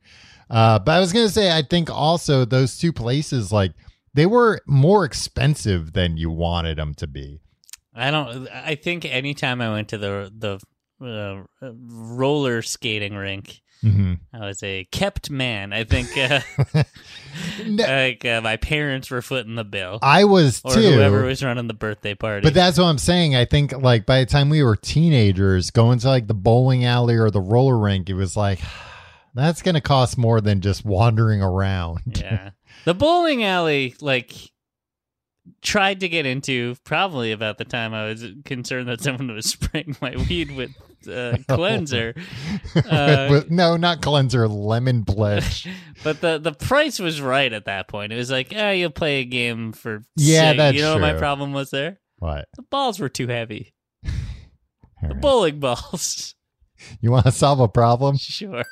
S4: Uh, but I was gonna say, I think also those two places, like they were more expensive than you wanted them to be.
S5: I don't. I think anytime I went to the the uh, roller skating rink,
S4: Mm-hmm.
S5: I was a kept man. I think uh, like uh, my parents were footing the bill,
S4: I was
S5: or
S4: too.
S5: whoever was running the birthday party.
S4: but that's what I'm saying. I think like by the time we were teenagers, going to like the bowling alley or the roller rink, it was like that's gonna cost more than just wandering around.
S5: yeah, the bowling alley like tried to get into probably about the time I was concerned that someone was spraying my weed with uh,
S4: Oh,
S5: cleanser. Uh,
S4: With- no, not cleanser, lemon pledge.
S5: But the the price was right at that point. It was like, ah, you'll play a game for
S4: Yeah,
S5: six."
S4: that's
S5: you know what my
S4: true.
S5: problem was there.
S4: what?
S5: The balls were too heavy.
S4: All
S5: The
S4: right.
S5: bowling balls.
S4: You want to solve a problem?
S5: sure.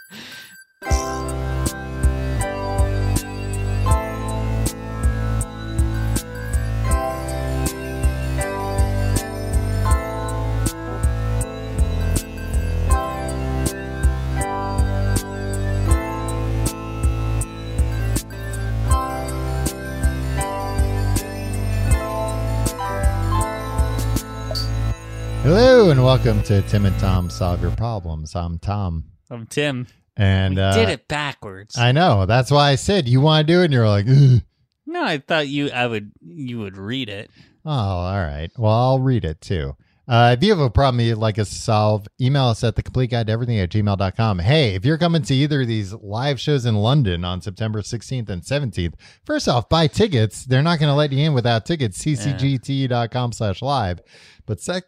S4: Hello and welcome to Tim and Tom Solve Your Problems. I'm Tom,
S5: I'm Tim.
S4: and
S5: we
S4: uh,
S5: did it backwards.
S4: I know. That's why I said you want to do it, and you're like, "Ugh."
S5: no, I thought you I would you would read it.
S4: oh, all right. Well, I'll read it too. Uh, if you have a problem you'd like us to solve, email us at the complete guide to everything at gmail.com. Hey, if you're coming to either of these live shows in London on September 16th and 17th, first off, buy tickets. They're not going to let you in without tickets. ccgt.com E slash live. But sec,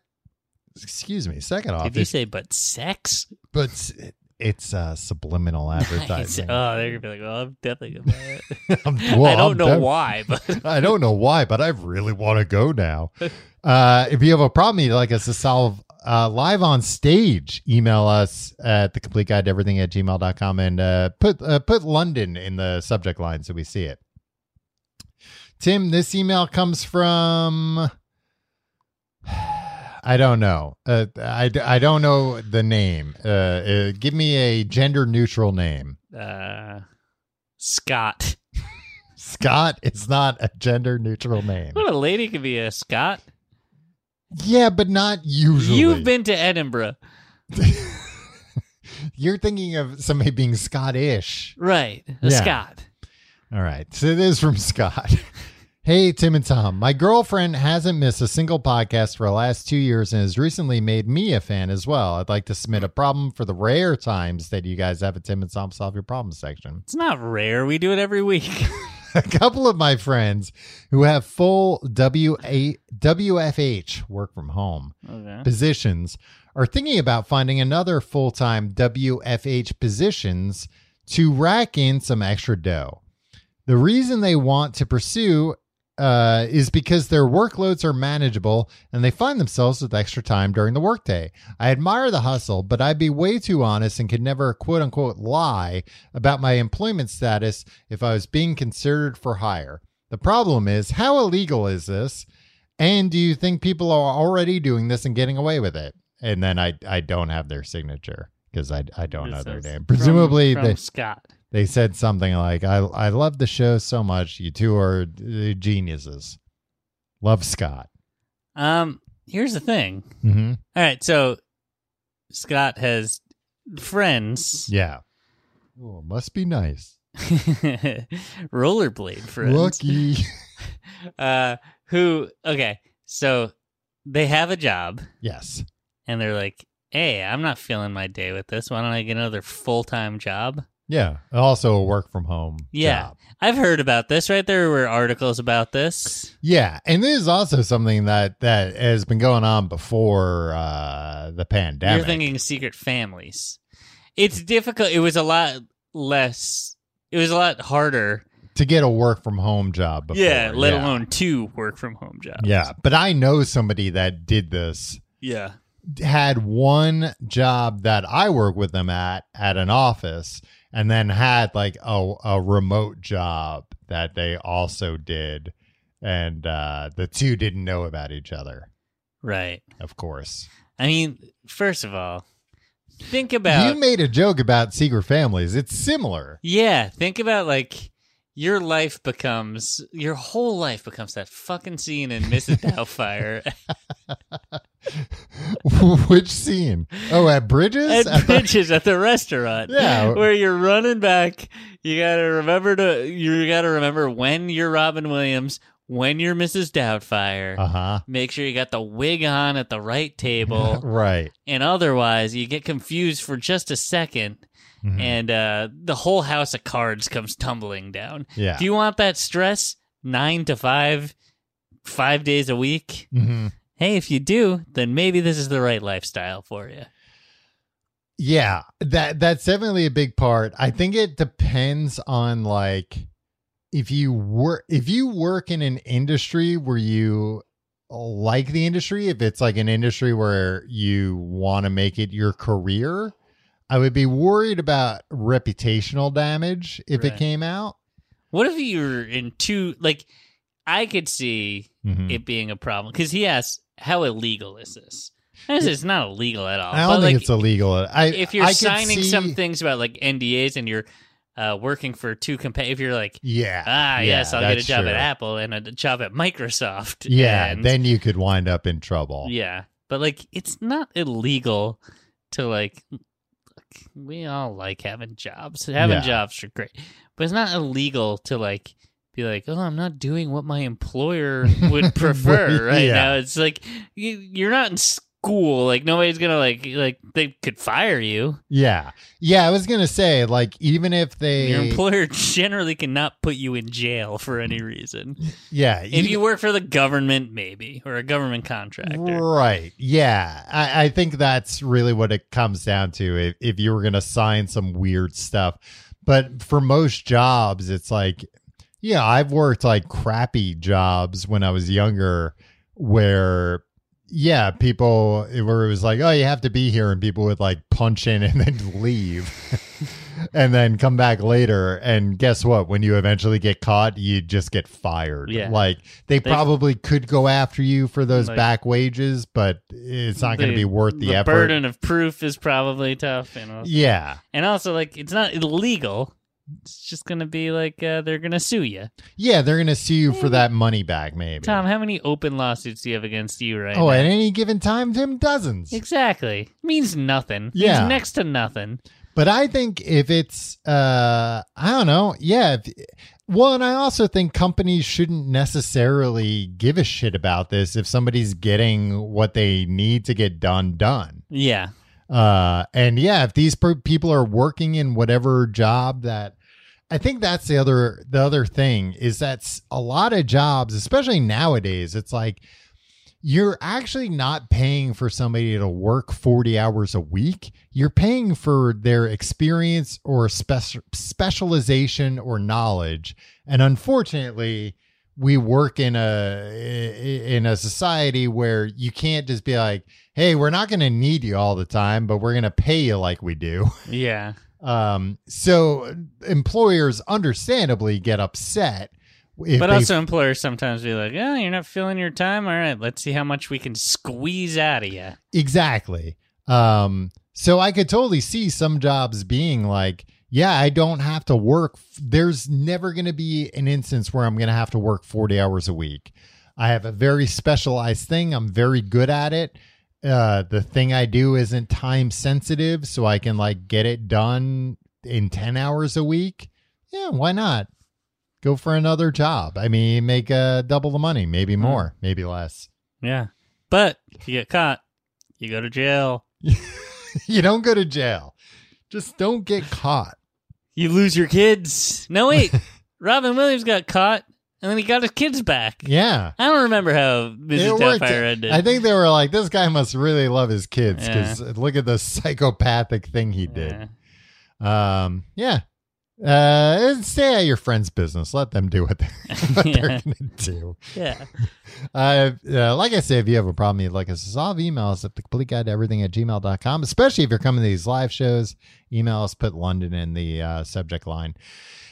S4: excuse me, second off,
S5: If you
S4: it's,
S5: say but sex,
S4: but s- it's uh, subliminal
S5: Nice.
S4: advertising.
S5: oh, they're gonna be like, well, I'm definitely gonna. buy it.
S4: I'm-
S5: I
S4: well,
S5: don't
S4: I'm
S5: know
S4: def-
S5: why, but
S4: I don't know why, but I really want to go now. Uh, if you have a problem you'd like us to solve uh, live on stage, email us at the complete guide to everything at gmail.com and uh, put, uh, put London in the subject line so we see it. Tim, this email comes from. I don't know. Uh, I, I don't know the name. Uh, uh, give me a gender neutral name.
S5: uh, Scott.
S4: Scott is not a gender neutral name.
S5: What a lady could be a Scott.
S4: Yeah, but not usually.
S5: You've been to Edinburgh,
S4: You're thinking of somebody being Scottish.
S5: right? A
S4: Yeah.
S5: Scott.
S4: All right. So it is from Scott. Hey, Tim and Tom. My girlfriend hasn't missed a single podcast for the last two years and has recently made me a fan as well. I'd like to submit a problem for the rare times that you guys have a Tim and Tom Solve Your Problem section.
S5: It's not rare. We do it every week.
S4: A couple of my friends who have full WA- WFH, work from home,
S5: Okay.
S4: positions are thinking about finding another full time WFH positions to rack in some extra dough. The reason they want to pursue uh, is because their workloads are manageable and they find themselves with extra time during the workday. I admire the hustle, but I'd be way too honest and could never quote unquote lie about my employment status if I was being considered for hire. The problem is, how illegal is this? And do you think people are already doing this and getting away with it? And then I, I don't have their signature because I, I don't know
S5: This
S4: their
S5: is
S4: name. Oh,
S5: from-
S4: Presumably,
S5: from
S4: they,
S5: Scott.
S4: they said something like, I, I love the show so much. You two are uh, geniuses. Love Scott.
S5: Um, here's the thing.
S4: Mm-hmm.
S5: All right, so Scott has friends,
S4: Yeah. Oh, must be nice.
S5: rollerblade friends.
S4: Lucky.
S5: Uh, who? Okay, so they have a job,
S4: yes.
S5: and they're like, "Hey, I'm not feeling my day with this. Why don't I get another full time job?"
S4: Yeah. Also a work from home.
S5: Yeah,
S4: job.
S5: I've heard about this. Right, there were articles about this.
S4: Yeah, and this is also something that that has been going on before uh the pandemic.
S5: You're thinking secret families. It's difficult. It was a lot less. It was a lot harder.
S4: to get a work from home job before.
S5: yeah, let alone two work from home jobs.
S4: Yeah, but I know somebody that did this
S5: yeah.
S4: had one job that I work with them at at an office and then had like a, a remote job that they also did and uh the two didn't know about each other,
S5: Right.
S4: of course.
S5: I mean, first of all, think about
S4: you made a joke about secret families. It's similar.
S5: yeah, think about like your life becomes your whole life becomes that fucking scene in Mrs. Doubtfire
S4: Which scene? Oh, at Bridges?
S5: at Bridges at the restaurant.
S4: Yeah.
S5: where you're running back. You gotta remember to you gotta remember when you're Robin Williams, when you're Mrs. Doubtfire.
S4: Uh huh.
S5: Make sure you got the wig on at the right table,
S4: Right.
S5: and otherwise you get confused for just a second.
S4: Mhm.
S5: and uh, the whole house of cards comes tumbling down.
S4: yeah.
S5: Do you want that stress? Nine to five, five days a week?
S4: Mhm.
S5: Hey, if you do, then maybe this is the right lifestyle for you.
S4: Yeah. That that's definitely a big part. I think it depends on like if you work if you work in an industry where you like the industry, if it's like an industry where you want to make it your career, I would be worried about reputational damage if it
S5: Right.
S4: came out.
S5: What if you're in two, like, I could see
S4: Mhm.
S5: it being a problem because he asks, how illegal is this? This is not illegal at all.
S4: I don't
S5: but,
S4: think
S5: like,
S4: it's illegal. I,
S5: If you're
S4: I could
S5: signing some
S4: see-
S5: things about like NDAs and you're uh, working for two compa- if you're like,
S4: yeah.
S5: ah,
S4: yeah,
S5: yes, I'll get a
S4: that's
S5: job
S4: true.
S5: at Apple and a job at Microsoft.
S4: Yeah,
S5: and-
S4: then you could wind up in trouble.
S5: yeah, but like it's not illegal to like. look, We all like having jobs. Having
S4: Yeah.
S5: jobs are great, but it's not illegal to like be like, "Oh, I'm not doing what my employer would prefer right
S4: Yeah.
S5: now." It's like you, you're not in school. Like nobody's gonna like like they could fire you.
S4: Yeah. Yeah, I was going to say like even if they
S5: Your employer generally cannot put you in jail for any reason.
S4: Yeah,
S5: If
S4: e-
S5: you work for the government, maybe, or a government contractor.
S4: Right. Yeah. I, I think that's really what it comes down to. If, if you were going to sign some weird stuff. But for most jobs, it's like, yeah, I've worked like crappy jobs when I was younger where, yeah, people, where it was like, oh, you have to be here. And people would like punch in and then leave and then come back later. And guess what? When you eventually get caught, you just get fired.
S5: Yeah.
S4: Like they
S5: They-
S4: probably could go after you for those
S5: Like-
S4: back wages, but it's not going to be worth the, effort.
S5: burden of proof is probably tough, and al-
S4: Yeah.
S5: and also like it's not illegal. It's just gonna be like uh, they're gonna sue you.
S4: Yeah, they're going to sue you for that money back, maybe.
S5: Tom, how many open lawsuits do you have against you right
S4: oh,
S5: now?
S4: at any given time, Tim, dozens.
S5: exactly. Means nothing.
S4: Yeah.
S5: Means next to nothing.
S4: But I think if it's, uh, I don't know. Yeah. If, Well, and I also think companies shouldn't necessarily give a shit about this if somebody's getting what they need to get done done.
S5: Yeah.
S4: Uh, and yeah, if these per- people are working in whatever job that I think that's the other the other thing is that s- a lot of jobs, especially nowadays, it's like you're actually not paying for somebody to work 40 hours a week. You're paying for their experience or spec- specialization or knowledge. And unfortunately, we work in a in a society where you can't just be like, "Hey, we're not going to need you all the time, but we're going to pay you like we do."
S5: Yeah.
S4: Um, so employers understandably get upset. If
S5: but
S4: they-
S5: also employers sometimes be like, "Oh, you're not filling your time. All right, let's see how much we can squeeze out of you."
S4: exactly. Um, so I could totally see some jobs being like, yeah, I don't have to work. There's never going to be an instance where I'm going to have to work 40 hours a week. I have a very specialized thing. I'm very good at it. Uh, the thing I do isn't time sensitive, so I can like get it done in 10 hours a week. Yeah, why not? Go for another job. I mean, make uh, double the money, maybe more, maybe less.
S5: Yeah. But if you get caught, you go to jail.
S4: you don't go to jail. Just don't get caught.
S5: You lose your kids. No, wait. Robin Williams got caught, and then he got his kids back.
S4: Yeah.
S5: I don't remember how Mrs.
S4: It worked.
S5: Doubtfire ended.
S4: I think they were like, this guy must really love his kids
S5: Yeah.
S4: because look at the psychopathic thing he
S5: Yeah.
S4: did. Um, yeah. Uh, and stay out of your friend's business. Let them do what they're, what
S5: Yeah.
S4: they're gonna do.
S5: yeah.
S4: Uh, uh, like I say, if you have a problem you'd like us to solve, email us at the complete guide to everything at gmail.com, especially if you're coming to these live shows. Email us, put London in the uh, subject line.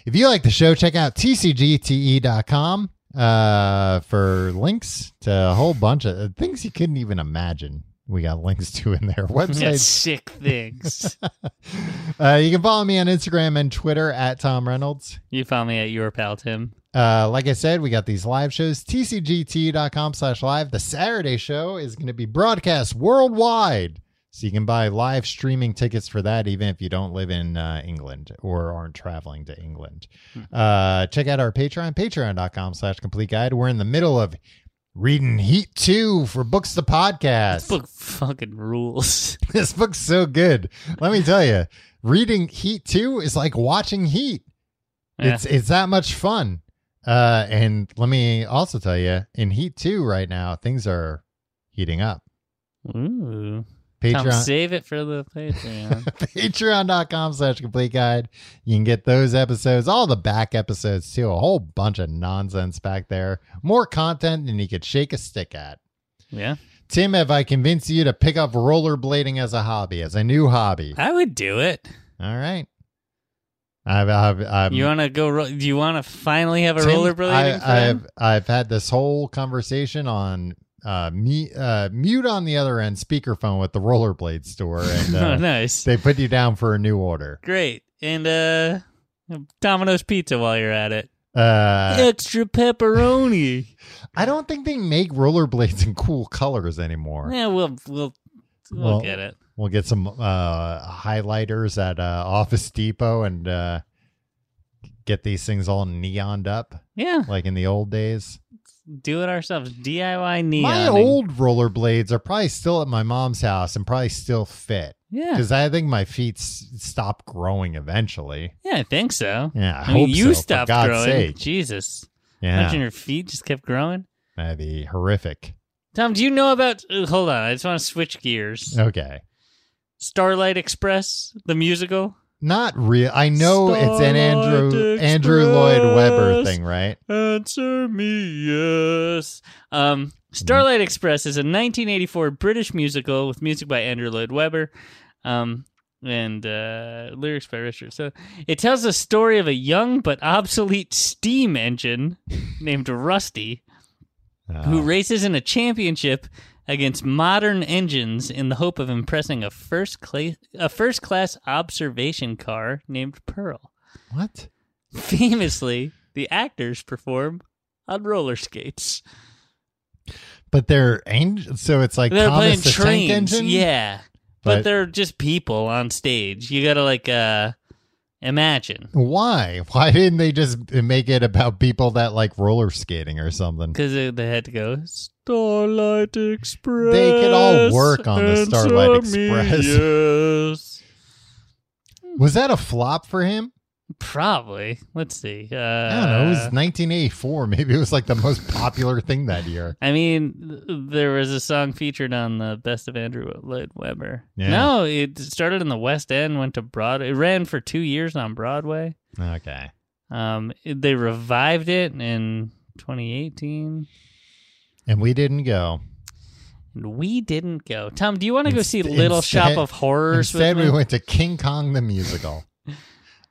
S4: If you like the show, check out tcgte.com E uh, for links to a whole bunch of uh, things you couldn't even imagine. We got links to in there.
S5: Yeah,
S4: Websites.
S5: sick things.
S4: Uh, you can follow me on Instagram and Twitter at Tom Reynolds.
S5: you found me at your pal Tim.
S4: Uh, like I said, we got these live shows, tcgt.com slash live. The Saturday show is going to be broadcast worldwide. So you can buy live streaming tickets for that, even if you don't live in uh, England or aren't traveling to England. Uh, check out our Patreon, patreon.com slash complete guide. We're in the middle of reading Heat 2 for Books the Podcast.
S5: This book fucking rules.
S4: this book's so good. Let me tell you, reading Heat 2 is like watching Heat.
S5: Yeah.
S4: It's it's that much fun. Uh, and let me also tell you, in Heat 2 right now, things are heating up.
S5: Ooh. Tom,
S4: Patreon,
S5: save it for the Patreon.
S4: patreon.com slash complete guide. You can get those episodes, all the back episodes too, a whole bunch of nonsense back there. More content than you could shake a stick at.
S5: yeah.
S4: Tim, have I convinced you to pick up rollerblading as a hobby, as a new hobby?
S5: I would do it.
S4: All right. I've, I've, I've
S5: You want to go? Ro- do you want to finally have a
S4: Um, Tim,
S5: rollerblading?
S4: I,
S5: friend?
S4: I've I've had this whole conversation on uh, me, uh, mute on the other end, speakerphone with the rollerblade store, and
S5: oh,
S4: uh,
S5: nice.
S4: they put you down for a new order.
S5: Great. And uh Domino's pizza while you're at it.
S4: Uh,
S5: Extra pepperoni.
S4: I don't think they make rollerblades in cool colors anymore.
S5: yeah, we'll we'll we'll,
S4: Well-
S5: get it.
S4: We'll get some uh, highlighters at uh, Office Depot and uh, get these things all neoned up
S5: Yeah,
S4: like in the old days.
S5: do it ourselves. DIY neon.
S4: My old rollerblades are probably still at my mom's house and probably still fit.
S5: Yeah.
S4: because I think my feet s- stop growing eventually.
S5: Yeah, I think so.
S4: Yeah, I
S5: I mean,
S4: hope
S5: you
S4: so, for
S5: stopped
S4: God's
S5: growing.
S4: sake.
S5: Jesus. Imagine
S4: Yeah,
S5: your feet just kept growing.
S4: that'd be horrific.
S5: Tom, do you know about uh, hold on, I just want to switch gears.
S4: Okay,
S5: Starlight Express, the musical?
S4: not real. I know it's an Andrew
S5: Starlight
S4: Andrew Lloyd Webber
S5: Express.
S4: thing, right?
S5: Answer me yes. Um, Starlight Express is a 1984 British musical with music by Andrew Lloyd Webber um, and uh, lyrics by Richard. So it tells the story of a young but obsolete steam engine named Rusty who
S4: Uh,
S5: races in a championship against modern engines in the hope of impressing a first class a first class observation car named Pearl.
S4: what?
S5: Famously, the actors perform on roller skates.
S4: But they're angel. So it's like
S5: they're
S4: Thomas the
S5: playing
S4: Tank
S5: trains,
S4: Engine.
S5: yeah. But,
S4: But-
S5: they're just people on stage. You gotta like uh Imagine.
S4: Why? Why didn't they just make it about people that like roller skating or something?
S5: Because they had to go Starlight Express.
S4: They could all work on the
S5: and
S4: Starlight
S5: some
S4: Express.
S5: yes.
S4: Was that a flop for him?
S5: Probably. Let's see. Uh,
S4: I don't know. It was 1984. Maybe it was like the most popular thing that year.
S5: I mean, th- there was a song featured on the Best of Andrew Lloyd Webber.
S4: Yeah.
S5: No, it started in the West End, went to Broadway. It ran for two years on Broadway.
S4: Okay.
S5: Um, it- they revived it in 2018,
S4: And we didn't go.
S5: and we didn't go. Tom, do you want to go
S4: Inst-
S5: see Little Shop
S4: instead-
S5: of Horrors?
S4: Instead,
S5: with
S4: we
S5: me?
S4: went to King Kong the musical.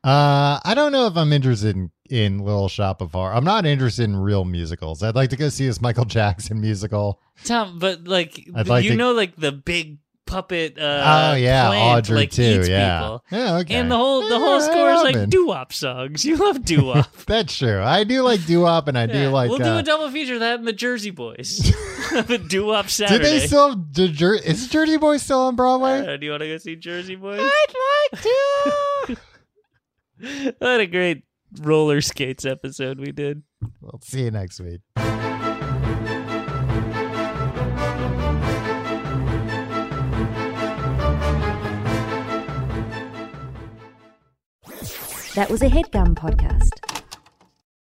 S4: uh, I don't know if I'm interested in, in Little Shop of Horror. I'm not interested in real musicals. I'd like to go see this Michael Jackson musical.
S5: Tom, but like,
S4: I'd like
S5: you
S4: to-
S5: know, like the big puppet. Uh,
S4: oh yeah,
S5: plant,
S4: Audrey
S5: like,
S4: too.
S5: eats
S4: Yeah,
S5: people.
S4: yeah. Okay.
S5: And the whole the whole
S4: Yeah,
S5: score is like
S4: Robin.
S5: doo wop songs. You love doo wop.
S4: That's true. I do like doo wop, and I
S5: Yeah,
S4: do like.
S5: we'll do
S4: uh,
S5: a double feature of that and the Jersey Boys. the doo wop
S4: do
S5: Saturday.
S4: they still have the Jer- is Dirty Boy still on Broadway?
S5: Uh, do you want to go see Jersey Boys?
S4: I'd
S5: Uh,
S4: like to.
S5: what a great roller skates episode we did.
S4: we'll see you next week.
S1: That was a headgum podcast.